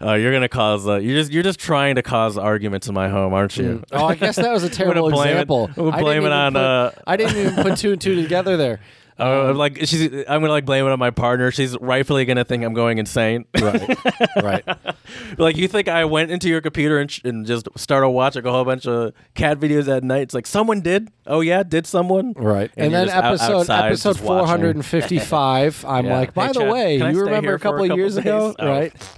Oh, you're gonna cause. Uh, you're just you're just trying to cause arguments in my home, aren't you?
Oh, I guess that was a terrible
blame it-
example.
we're
I didn't
blaming
even
on,
put-
uh,
I didn't even put two and two together there.
Uh, like she's, I'm gonna like blame it on my partner. She's rightfully gonna think I'm going insane.
Right, right.
like you think I went into your computer and, sh- and just started watching a whole bunch of cat videos at night? It's like someone did. Oh yeah, did someone?
Right. And,
you're
then
just out-
episode
outside
episode
just watching.
455, I'm
Yeah.
like, by
Hey,
the
Chad,
way,
can I
you
stay
remember
here
a
for a
couple,
couple
years ago,
days? Oh.
right?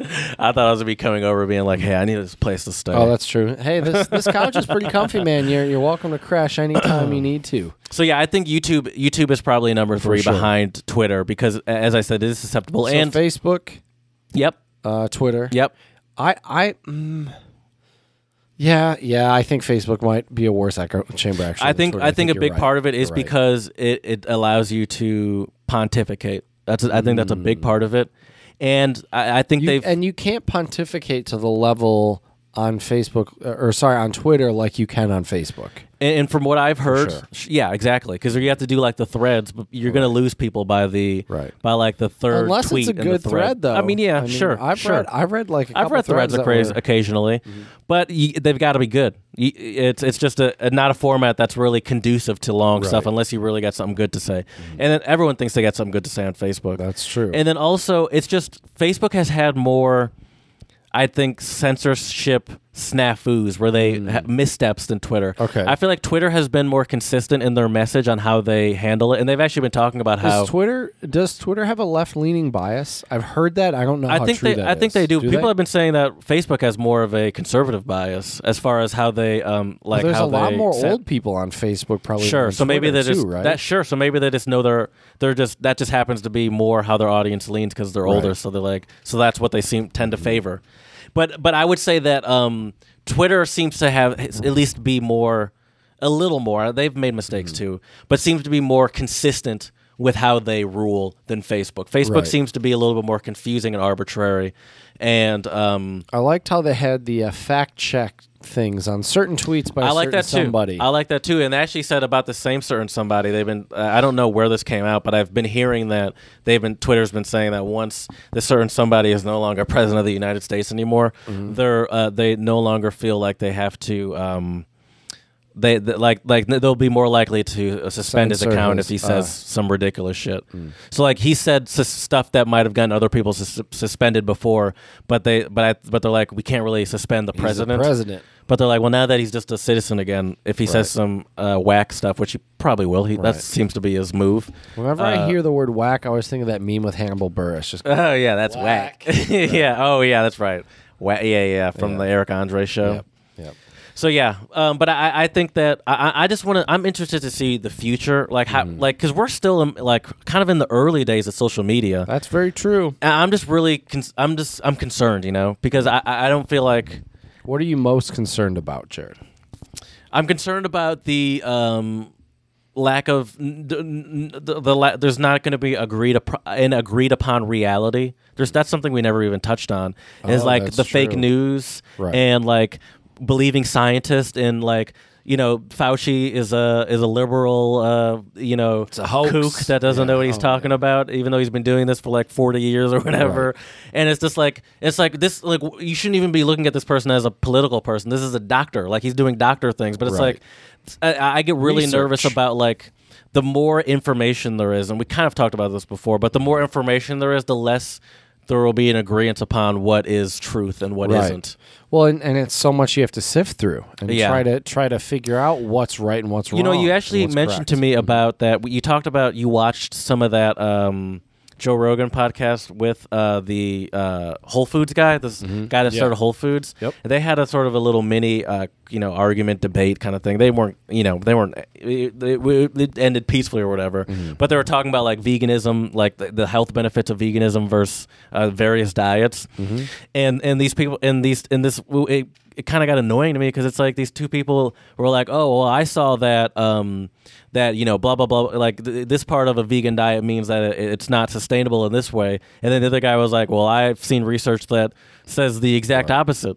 I thought I was gonna be coming over, being like, "Hey, I need this place to stay."
Oh, that's true. Hey, this this couch is pretty comfy, man. You're you're welcome to crash anytime you need to.
so yeah, I think YouTube YouTube is probably number three
sure.
behind Twitter because, a- as I said, it is susceptible.
So
and
Facebook,
yep,
uh, Twitter.
yep.
I I mm, yeah, yeah, I think Facebook might be a worse echo chamber actually.
I
than
think
Twitter.
I think a
you're
big
right.
part of it is
You're right.
because it, it allows you to pontificate. That's I think that's a big part of it, and I, I think
You-
they've
and you can't pontificate to the level on Facebook uh, or sorry, on Twitter like you can on Facebook.
and, and from what I've heard,
sure.
sh- yeah, exactly, because you have to do like the threads, but you're gonna lose people by the
Right.
by like the third
Unless it's
tweet
a
and the
good thread. though.
I mean, yeah, sure,
I've
sure.
read I've read like i
I've read threads,
that
of craze
were-
occasionally,
Mm-hmm.
but y they've got to be good. Y it's it's just a, a- not a format that's really conducive to long stuff
Right. Mm-hmm.
unless you really got something good to say. And then everyone thinks they got something good to say on Facebook.
That's true.
And then also, it's just Facebook has had more, I think, censorship snafus where they ha- missteps than Twitter.
Hmm. Okay.
I feel like Twitter has been more consistent in their message on how they handle it, and they've actually been talking about how.
does Twitter does Twitter have a left leaning bias? I've heard that. I don't know.
I
how
think
true
they,
that
I think
is.
they do. People
they?
have been saying that Facebook has more of a conservative bias as far as how they um like
There's a
how
lot
they
more
set-
old people on Facebook probably. than
Sure.
on
So maybe
Twitter
they just
too, right?
that sure. So maybe they just know they're they're just that just happens to be more how their audience leans because they're older.
Right. Mm-hmm.
So they're like so that's what they seem tend to favor. But but I would say that um, Twitter seems to have at least be more a little more. uh, They've made mistakes
Mm-hmm.
too, but seems to be more consistent with how they rule than Facebook. Facebook
Right.
seems to be a little bit more confusing and arbitrary, and um,
I liked how they had the uh, fact check things on certain tweets by
I
a
like
certain
that too.
somebody.
I like that too. And they actually said about the same certain somebody. They've been. Uh, I don't know where this came out, but I've been hearing that they've been. Twitter's been saying that once the certain somebody is no longer president of the United States anymore,
Mm-hmm.
they're uh, they no longer feel like they have to. Um, they, th like like they'll be more likely to uh, suspend
Sign
his account if
service.
he says
Ah.
some ridiculous shit.
Mm.
So like he said sus- stuff that might have gotten other people sus- suspended before, but they but I, but they're like we can't really suspend the
He's the
president.
president.
But they're like, well, now that he's just a citizen again, if he says some uh, whack stuff, which he probably will, he,
Right.
that seems to be his move. Uh,
Whenever I hear the word whack, I always think of that meme with Hannibal Burris. Just
Oh yeah, that's whack. yeah. Oh yeah, that's right. Whack. Yeah, yeah. From
Yeah.
the Eric Andre show.
Yep, yep.
So yeah, um, but I, I think that I, I- I just want to. I'm interested to see the future, like how,
Mm-hmm.
like because we're still in, like kind of in the early days of social media.
That's very true.
And I'm just really, con- I'm just, I'm concerned, you know, because I, I I don't feel like
What are you most concerned about, Jared?
I'm concerned about the um, lack of the, the, the la- there's not going to be agreed up, an agreed upon reality. There's that's something we never even touched on. Is
Oh,
like
that's
the fake
true.
news
Right.
and like believing scientists and like you know Fauci is a is a liberal uh, you know
a hoax.
kook that doesn't
Yeah.
know what he's
Oh,
talking about, even though he's been doing this for like 40 years or whatever. And it's just like, it's like this, like, w- you shouldn't even be looking at this person as a political person. This is a doctor. Like, he's doing doctor things. But it's
Right.
like, it's- I, I get really nervous
Research.
about, like, the more information there is, and we kind of talked about this before, but the more information there is, the less there will be an agreement upon what is truth and what not
Well, and, and it's so much you have to sift through and
Yeah.
try to try to figure out what's right and what's
You
wrong.
know, you
and
actually
what's
mentioned to
correct.
me about that. You talked about you watched some of that um, Joe Rogan podcast with uh, the uh, Whole Foods guy, this guy that
Mm-hmm. Yeah.
started Whole Foods.
Yep.
And They had a sort of a little mini, uh, you know, argument debate kind of thing. They weren't, you know, they weren't. It, it- it ended peacefully or whatever. But they were talking about like veganism, like the, the health benefits of veganism versus uh, various diets, and and these people and these and this it, it kind of got annoying to me because it's like these two people were like, "Oh, well, I saw that um, that you know, blah blah blah. Like th- this part of a vegan diet means that it, it's not sustainable in this way." And then the other guy was like, "Well, I've seen research that says the exact opposite."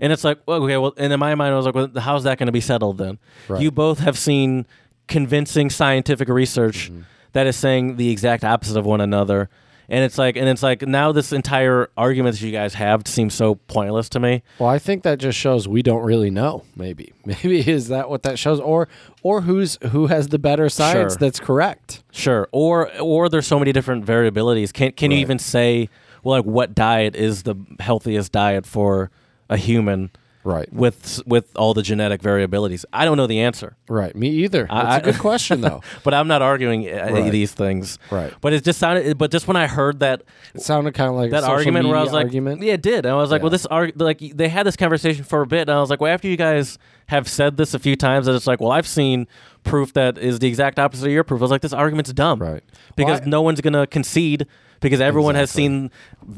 And it's like, well, okay, well, and in my mind, I was like, well, how's that going to be settled then?
Right.
You both have seen convincing scientific research
Mm-hmm.
that is saying the exact opposite of one another. And it's like, and it's like now this entire argument that you guys have seems so pointless to me.
Well, I think that just shows we don't really know. Maybe, maybe is that what that shows, or or who's who has the better science
Sure.
that's correct?
Sure. Or or there's so many different variabilities. Can can you even say well, like what diet is the healthiest diet for a human
Right,
with s- with all the genetic variabilities? I don't know the answer.
right. Me either.
I-
That's a
I-
good question, though.
But I'm not arguing uh,
Right.
these things.
Right.
But it just sounded. But just when I heard that
It sounded kind of like a
that
social
argument, where I
media
was like,
argument.
yeah, it did. And I was like,
Yeah.
well, this arg- like they had this conversation for a bit, and I was like, well, after you guys have said this a few times, that it's like, well, I've seen proof that is the exact opposite of your proof. I was like, this argument's dumb,
Right.
Because
Well, I-
no one's gonna concede because everyone has
Exactly.
seen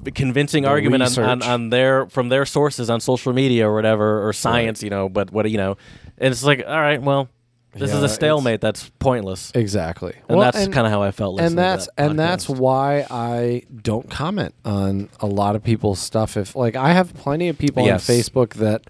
b- convincing argument on, on,
research.
on their from their sources on social media or whatever or science, you know. But what you know, and it's like, all right, well. This
Yeah,
is a
it's-
stalemate that's pointless.
exactly.
And that's kind of how I felt. Listening
and that's
to that
and that's
podcast.
why I don't comment on a lot of people's stuff. If like I have plenty of people
Yes.
on Facebook that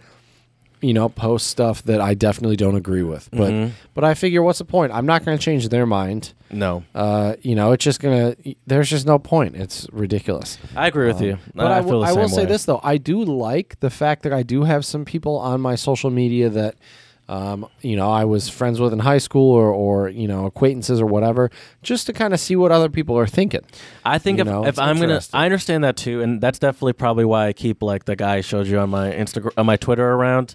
you know post stuff that I definitely don't agree with, but
Mm-hmm.
but I figure what's the point? I'm not going to change their mind.
no,
Uh, you know, it's just gonna. There's just no point. It's ridiculous.
I agree with you.
Um, But I,
I,
w-
feel the
I
same
will say
way.
this though, I do like the fact that I do have some people on my social media that, um, you know, I was friends with in high school or, or you know acquaintances or whatever, just to kind of see what other people are thinking.
I think
you
if,
know,
if
it's
I'm gonna,
interesting.
I understand that too, and that's definitely probably why I keep like the guy I showed you on my Instagram, on my Twitter around,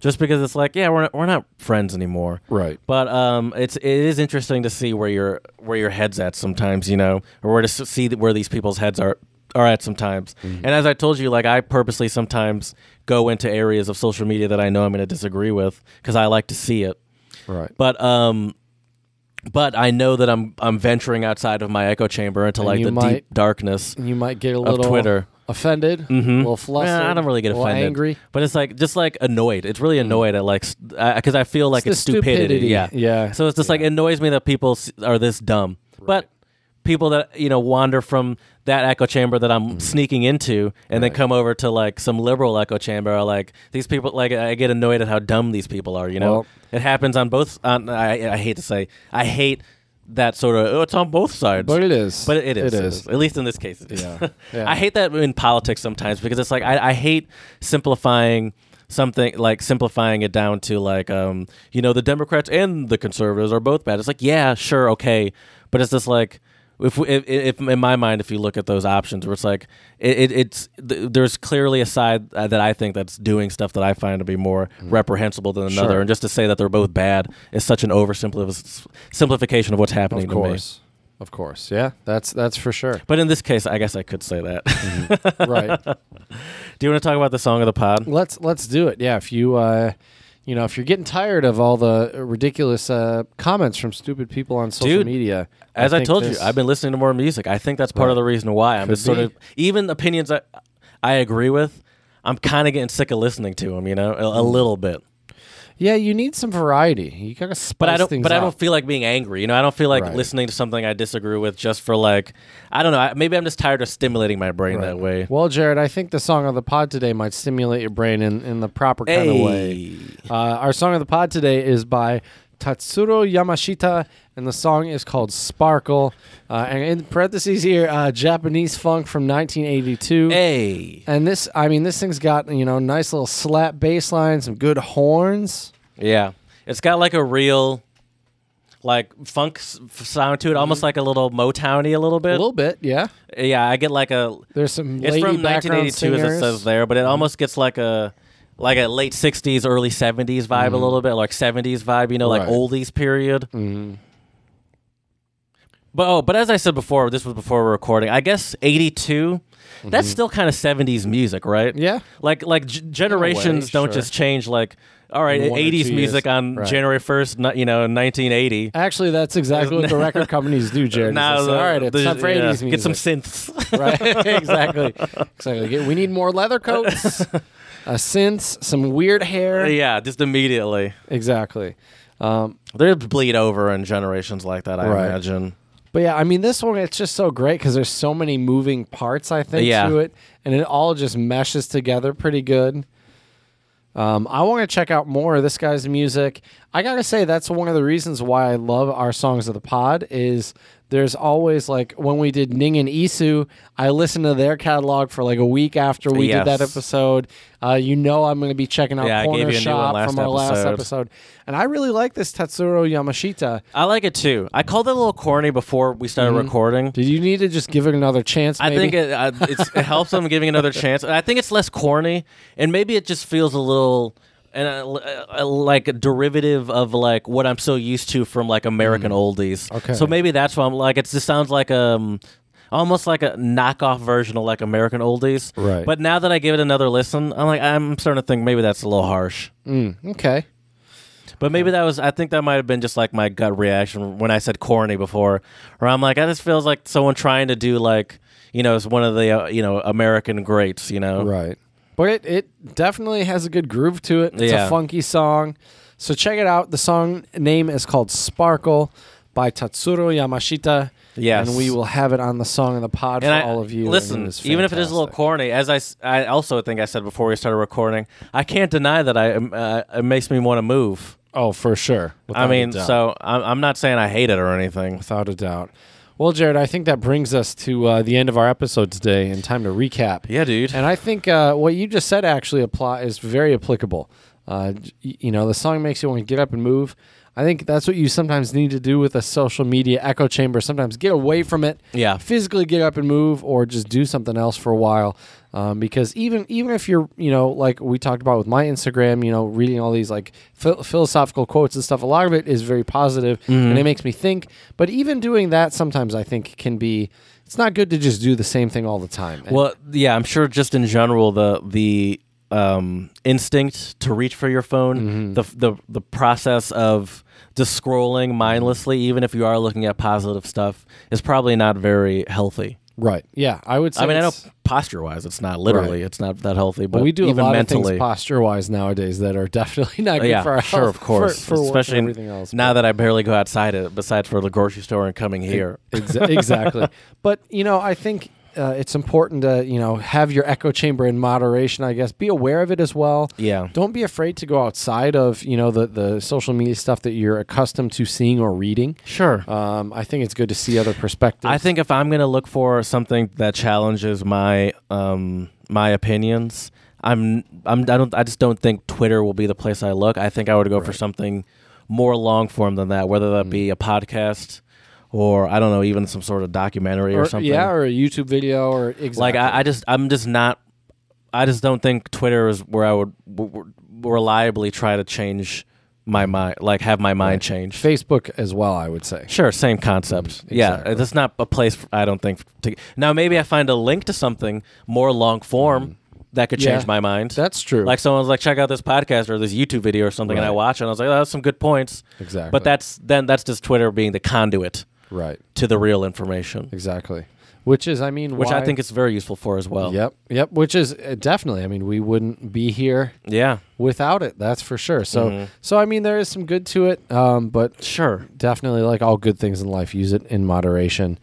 just because it's like, yeah, we're not, we're not friends anymore,
Right.
But um, it's it is interesting to see where your where your head's at sometimes, you know, or where to s- see where these people's heads are are at sometimes. And as I told you, like I purposely sometimes go into areas of social media that I know I'm going to disagree with because I like to see it.
Right.
but um but I know that I'm I'm venturing outside of my echo chamber into like
you
the deep
might-
darkness.
you might get a little
Twitter. Mm-hmm.
offended, a little flustered.
Nah, I don't really get
a little
offended,
Angry.
but it's like just like annoyed. It's really annoyed at like because I feel like
the
it's, stupidity.
stupidity,
Yeah,
yeah,
So it's just like it annoys me that people s- are this dumb, but people that you know wander from that echo chamber that I'm sneaking into,
Mm-hmm.
and then
Right.
come over to like some liberal echo chamber. Or, like these people, like I get annoyed at how dumb these people are. You know,
Well-
it happens on both. On, I, I hate to say, I hate that sort of. Oh, it's on both sides.
But it is.
But it is.
It is.
At least in this case, it is.
Yeah. Yeah.
I hate that in politics sometimes because it's like I, I hate simplifying something like simplifying it down to like um you know the Democrats and the conservatives are both bad. It's like yeah, sure, okay, but it's just like. If, we- if, if in my mind, if you look at those options, where it's like it, it, it's th- there's clearly a side uh, that I think that's doing stuff that I find to be more reprehensible than another,
Mm. Sure.
and just to say that they're both bad is such an oversimplification simplification of what's happening
of
to me.
course. Of course. Yeah. That's that's for sure.
But in this case, I guess I could say that.
right.
Do you want to talk about the song of the pod?
Let's let's do it. Yeah, if you uh you know, if you're getting tired of all the ridiculous uh, comments from stupid people on social
Dude,
media,
As I,
think
told
this-
you, I've been listening to more music. I think that's part of
Right.
the reason why I'm
Could
just sort
be.
of even opinions I I agree with. I'm kind of getting sick of listening to them, you know, a, a
Mm.
little bit.
Yeah, you need some variety. You gotta spice
But I don't.
things
But I
up.
don't feel like being angry. You know, I don't feel like
Right.
listening to something I disagree with just for like. I don't know. I, maybe I'm just tired of stimulating my brain that way.
Well, Jared, I think the song of the pod today might stimulate your brain in, in the proper kind of way.
Hey.
Uh, our song of the pod today is by Tatsuro Yamashita, and the song is called Sparkle. Uh, and in parentheses here, uh, Japanese funk from 1982.
Hey.
And this, I mean, this thing's got you know nice little slap bass line, some good horns.
Yeah, it's got like a real, like funk s- f- sound to it,
Mm-hmm.
almost like a little Motowny a little
A
bit.
little bit, yeah.
yeah, I get like a.
There's some
It's
lady
from
background
1982 as it
singers. Mm-hmm.
says there, but it almost gets like a. Like a late '60s, early '70s vibe, a little bit like '70s vibe, you know, like
Mm-hmm. Right.
oldies period.
Mm-hmm.
But oh, but as I said before, this was before we're recording. I guess '82, that's still kind of '70s music, right?
Mm-hmm. Yeah.
like like g- generations don't
sure.
just change like all right
In one or
80s
two
music
years.
on
Right.
january 1st ni- you know 1980
Actually, that's exactly what the record companies do, Jared. is they say,
the-
all right, it's
the-
time for
yeah,
80s music.
get some synths
right? exactly, exactly. Get- We need more leather coats, a synth, some weird hair.
yeah just immediately
Exactly. Um,
they bleed over in generations like that i
Right.
imagine
but yeah, I mean, this one it's just so great because there's so many moving parts. I think
Yeah.
to it, and it all just meshes together pretty good. Um, I want to check out more of this guy's music. I gotta say that's one of the reasons why I love our songs of the pod is there's always like when we did Ning and Isu, I listened to their catalog for like a week after we did that
Yes.
episode. Uh, you know I'm gonna be checking out
Yeah, I gave
Corner
you a new
Shop
one
from
last
our last
episode.
episode, and I really like this Tatsuro Yamashita.
i like it too i called it a little corny before we started recording
Did Mm-hmm. you need to just give it another chance?
I
Maybe?
think it, I, it's, it helps them giving another chance. And I think it's less corny, and maybe it just feels a little and uh, uh, like a derivative of like what I'm so used to from like American oldies.
Mm. Okay.
so maybe that's why I'm like it just sounds like um almost like a knockoff version of like American oldies.
Right.
But now that I give it another listen, I'm like I'm starting to think maybe that's a little harsh.
okay.
But maybe that was I think that might have been just like my gut reaction when I said corny before, where I'm like, I just feels like someone trying to do like you know, it's one of the uh, you know American greats, you know.
Right. But it, it definitely has a good groove to it. It's a
Yeah.
funky song. So check it out. The song name is called Sparkle by Tatsuro Yamashita.
Yes.
And we will have it on the song in the pod
And
for
I,
all of you. and
listen,
is
even if it is a little
fantastic.
corny, as I, s- I also think I said before we started recording, I can't deny that I am- uh, it makes me want to move.
Oh, for sure.
I
Without a
mean,
doubt.
so I'm, I'm not saying I hate it or anything.
Without a doubt. Well, Jared, I think that brings us to uh, the end of our episode today and time to recap.
Yeah, dude.
And I think uh, what you just said actually apply is very applicable. Uh, j- you know, the song makes you want to get up and move. I think that's what you sometimes need to do with a social media echo chamber. Sometimes get away from it.
Yeah.
Physically get up and move, or just do something else for a while. Um, because even even if you're, you know, like we talked about with my Instagram, you know, reading all these like phil- philosophical quotes and stuff. A lot of it is very positive, and it makes me think. But even doing that, sometimes I think can be. It's not good to just do the same thing all the time. And-
Well, yeah, I'm sure just in general the the um, instinct to reach for your
Mm-hmm.
phone, the the the process of just scrolling mindlessly, even if you are looking at positive stuff, is probably not very healthy.
Right. Yeah, I would say.
I mean, I know
it's-
posture wise, it's not literally, it's not that healthy, but
but we do
even
a lot of
mentally.
things posture-wise nowadays that are definitely not good
yeah,
for our
sure,
health,
of course,
for, for work and
especially
everything else.
now that I barely uh, go outside, it, besides for the grocery store and coming here.
Exa- exactly. But you know, I think uh, it's important to you know have your echo chamber in moderation. I guess be aware of it as well.
Yeah.
Don't be afraid to go outside of you know the the social media stuff that you're accustomed to seeing or reading.
Sure.
Um, I think it's good to see other perspectives.
I think if I'm going to look for something that challenges my um my opinions, I'm I'm I don't I just don't think Twitter will be the place I look. I think I would go for something more long form than that, whether that
Mm.
be a podcast or I don't know, even some sort of documentary or,
or,
something.
yeah, or a YouTube video or exactly.
like I, I just I'm just not I just don't think Twitter is where I would w- w- reliably try to change my mind, like have my mind change.
Facebook as well. I would say.
Sure, same concept. Yeah,
Mm, exactly.
that's not a place f- I don't think. To, now maybe I find a link to something more long form that could change
Yeah,
my mind.
Mm. That's true.
like someone's like, check out this podcast or this YouTube video or something, and I
Right.
watch it, and I was like, oh, that's some good points.
exactly.
But that's then that's just Twitter being the conduit
right.
to the real information,
Exactly. Which is, I mean,
which I
why-
think it's very useful for as well.
Yep. Yep. Which is uh, definitely. I mean, we wouldn't be here
Yeah.
without it. That's for sure. So,
Mm-hmm.
so I mean, there is some good to it, um, but
Sure.
definitely, like all good things in life, use it in moderation.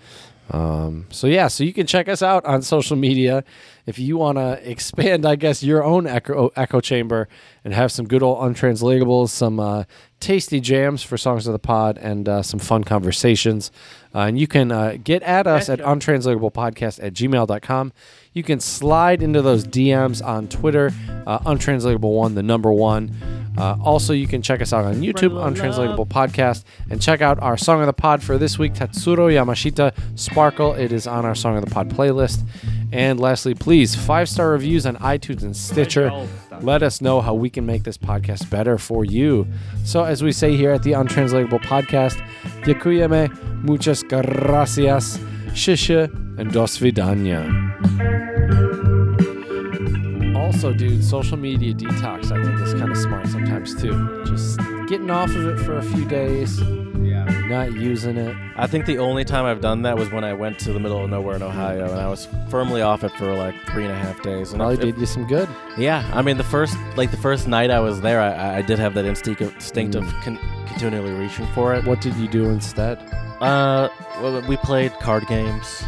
Um, so yeah, so you can check us out on social media if you want to expand, I guess, your own echo echo chamber and have some good old untranslatables, some uh, tasty jams for songs of the pod, and uh, some fun conversations. Uh, and you can uh, get at us at
Gotcha.
untranslatablepodcast at gmail.com. You can slide into those DMs on Twitter, uh, untranslatable one, the number one. Uh, also, you can check us out on YouTube,
Spread the
Untranslatable Podcast, and check out our Song of the Pod for this week, Tatsuro Yamashita Sparkle. It is on our Song of the Pod playlist. And lastly, please, five star reviews on iTunes and Stitcher. Let us know how we can make this podcast better for you. So, as we say here at the Untranslatable Podcast, Yakuyeme, muchas gracias, shisha, and dos vidania. Also, dude, social media detox, I think, is kind of smart sometimes too. Just getting off of it for a few days,
Yeah.
not using it.
I think the only time I've done that was when I went to the middle of nowhere in Ohio, and I was firmly off it for like three and a half days. And
Probably
if-
did you some good.
Yeah, I mean the first like the first night I was there, I, I did have that instinct of, instinct
Mm.
of con- continually reaching for it.
What did you do instead?
Uh, well, we played card games.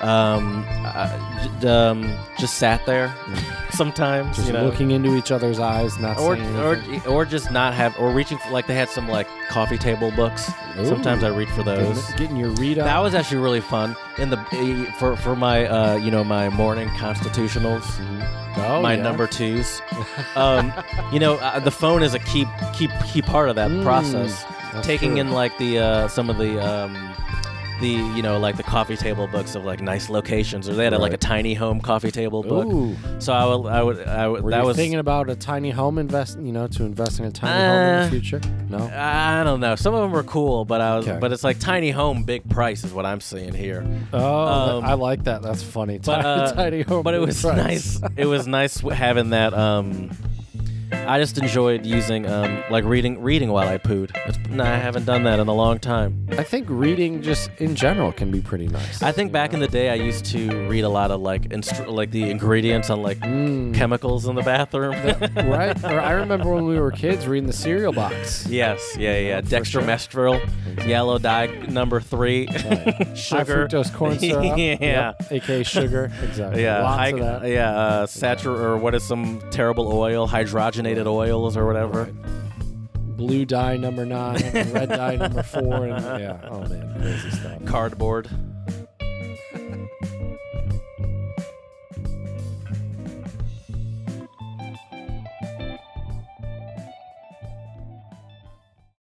Um, I, j- um, just sat there sometimes,
Just
you know,
looking into each other's eyes, not
or
saying
or
anything.
or just not have or reaching for like they had some like coffee table books. Sometimes
Ooh.
I reach for
Getting-
those.
Getting your read
That
out.
was actually really fun in the eh, for for my uh you know my morning constitutionals,
Oh,
my
yeah.
number twos. um, you know uh, the phone is a key key key part of that
Mm,
process.
that's
Taking
true.
in like the uh, some of the um, the you know like the coffee table books of like nice locations, or they had a, like a
Right.
tiny home coffee table book.
Ooh.
So I would I would I would
Were
that
you
was
thinking about a tiny home invest, you know, to invest in a tiny home in
Uh,
the future? No.
I don't know. Some of them were cool, but I was
Okay.
but it's like tiny home, big price is what I'm seeing here.
Oh,
um,
I like that. That's funny.
but
Tiny-
uh,
tiny home
but it
in
was
price.
nice. It was nice w- having that. Um, I just enjoyed using um, like reading reading while I pooed. It's, no, I haven't done that in a long time.
I think reading just in general can be pretty nice.
I think back in the day I used to read a lot of like instru- like the ingredients on like
Mm.
chemicals in the bathroom.
right? Or I remember when we were kids reading the cereal box.
yes, yeah, yeah.
for sure.
Dextromestrel, yellow dye number three, sugar,
High fructose corn syrup.
yeah.
Yep, AKA sugar. Exactly.
Yeah,
Lots
high,
of that.
yeah, uh, satur or what is some terrible oil, hydrogenated oils or whatever.
Blue dye number nine, red dye number four, and yeah. Oh man, crazy stuff.
Cardboard.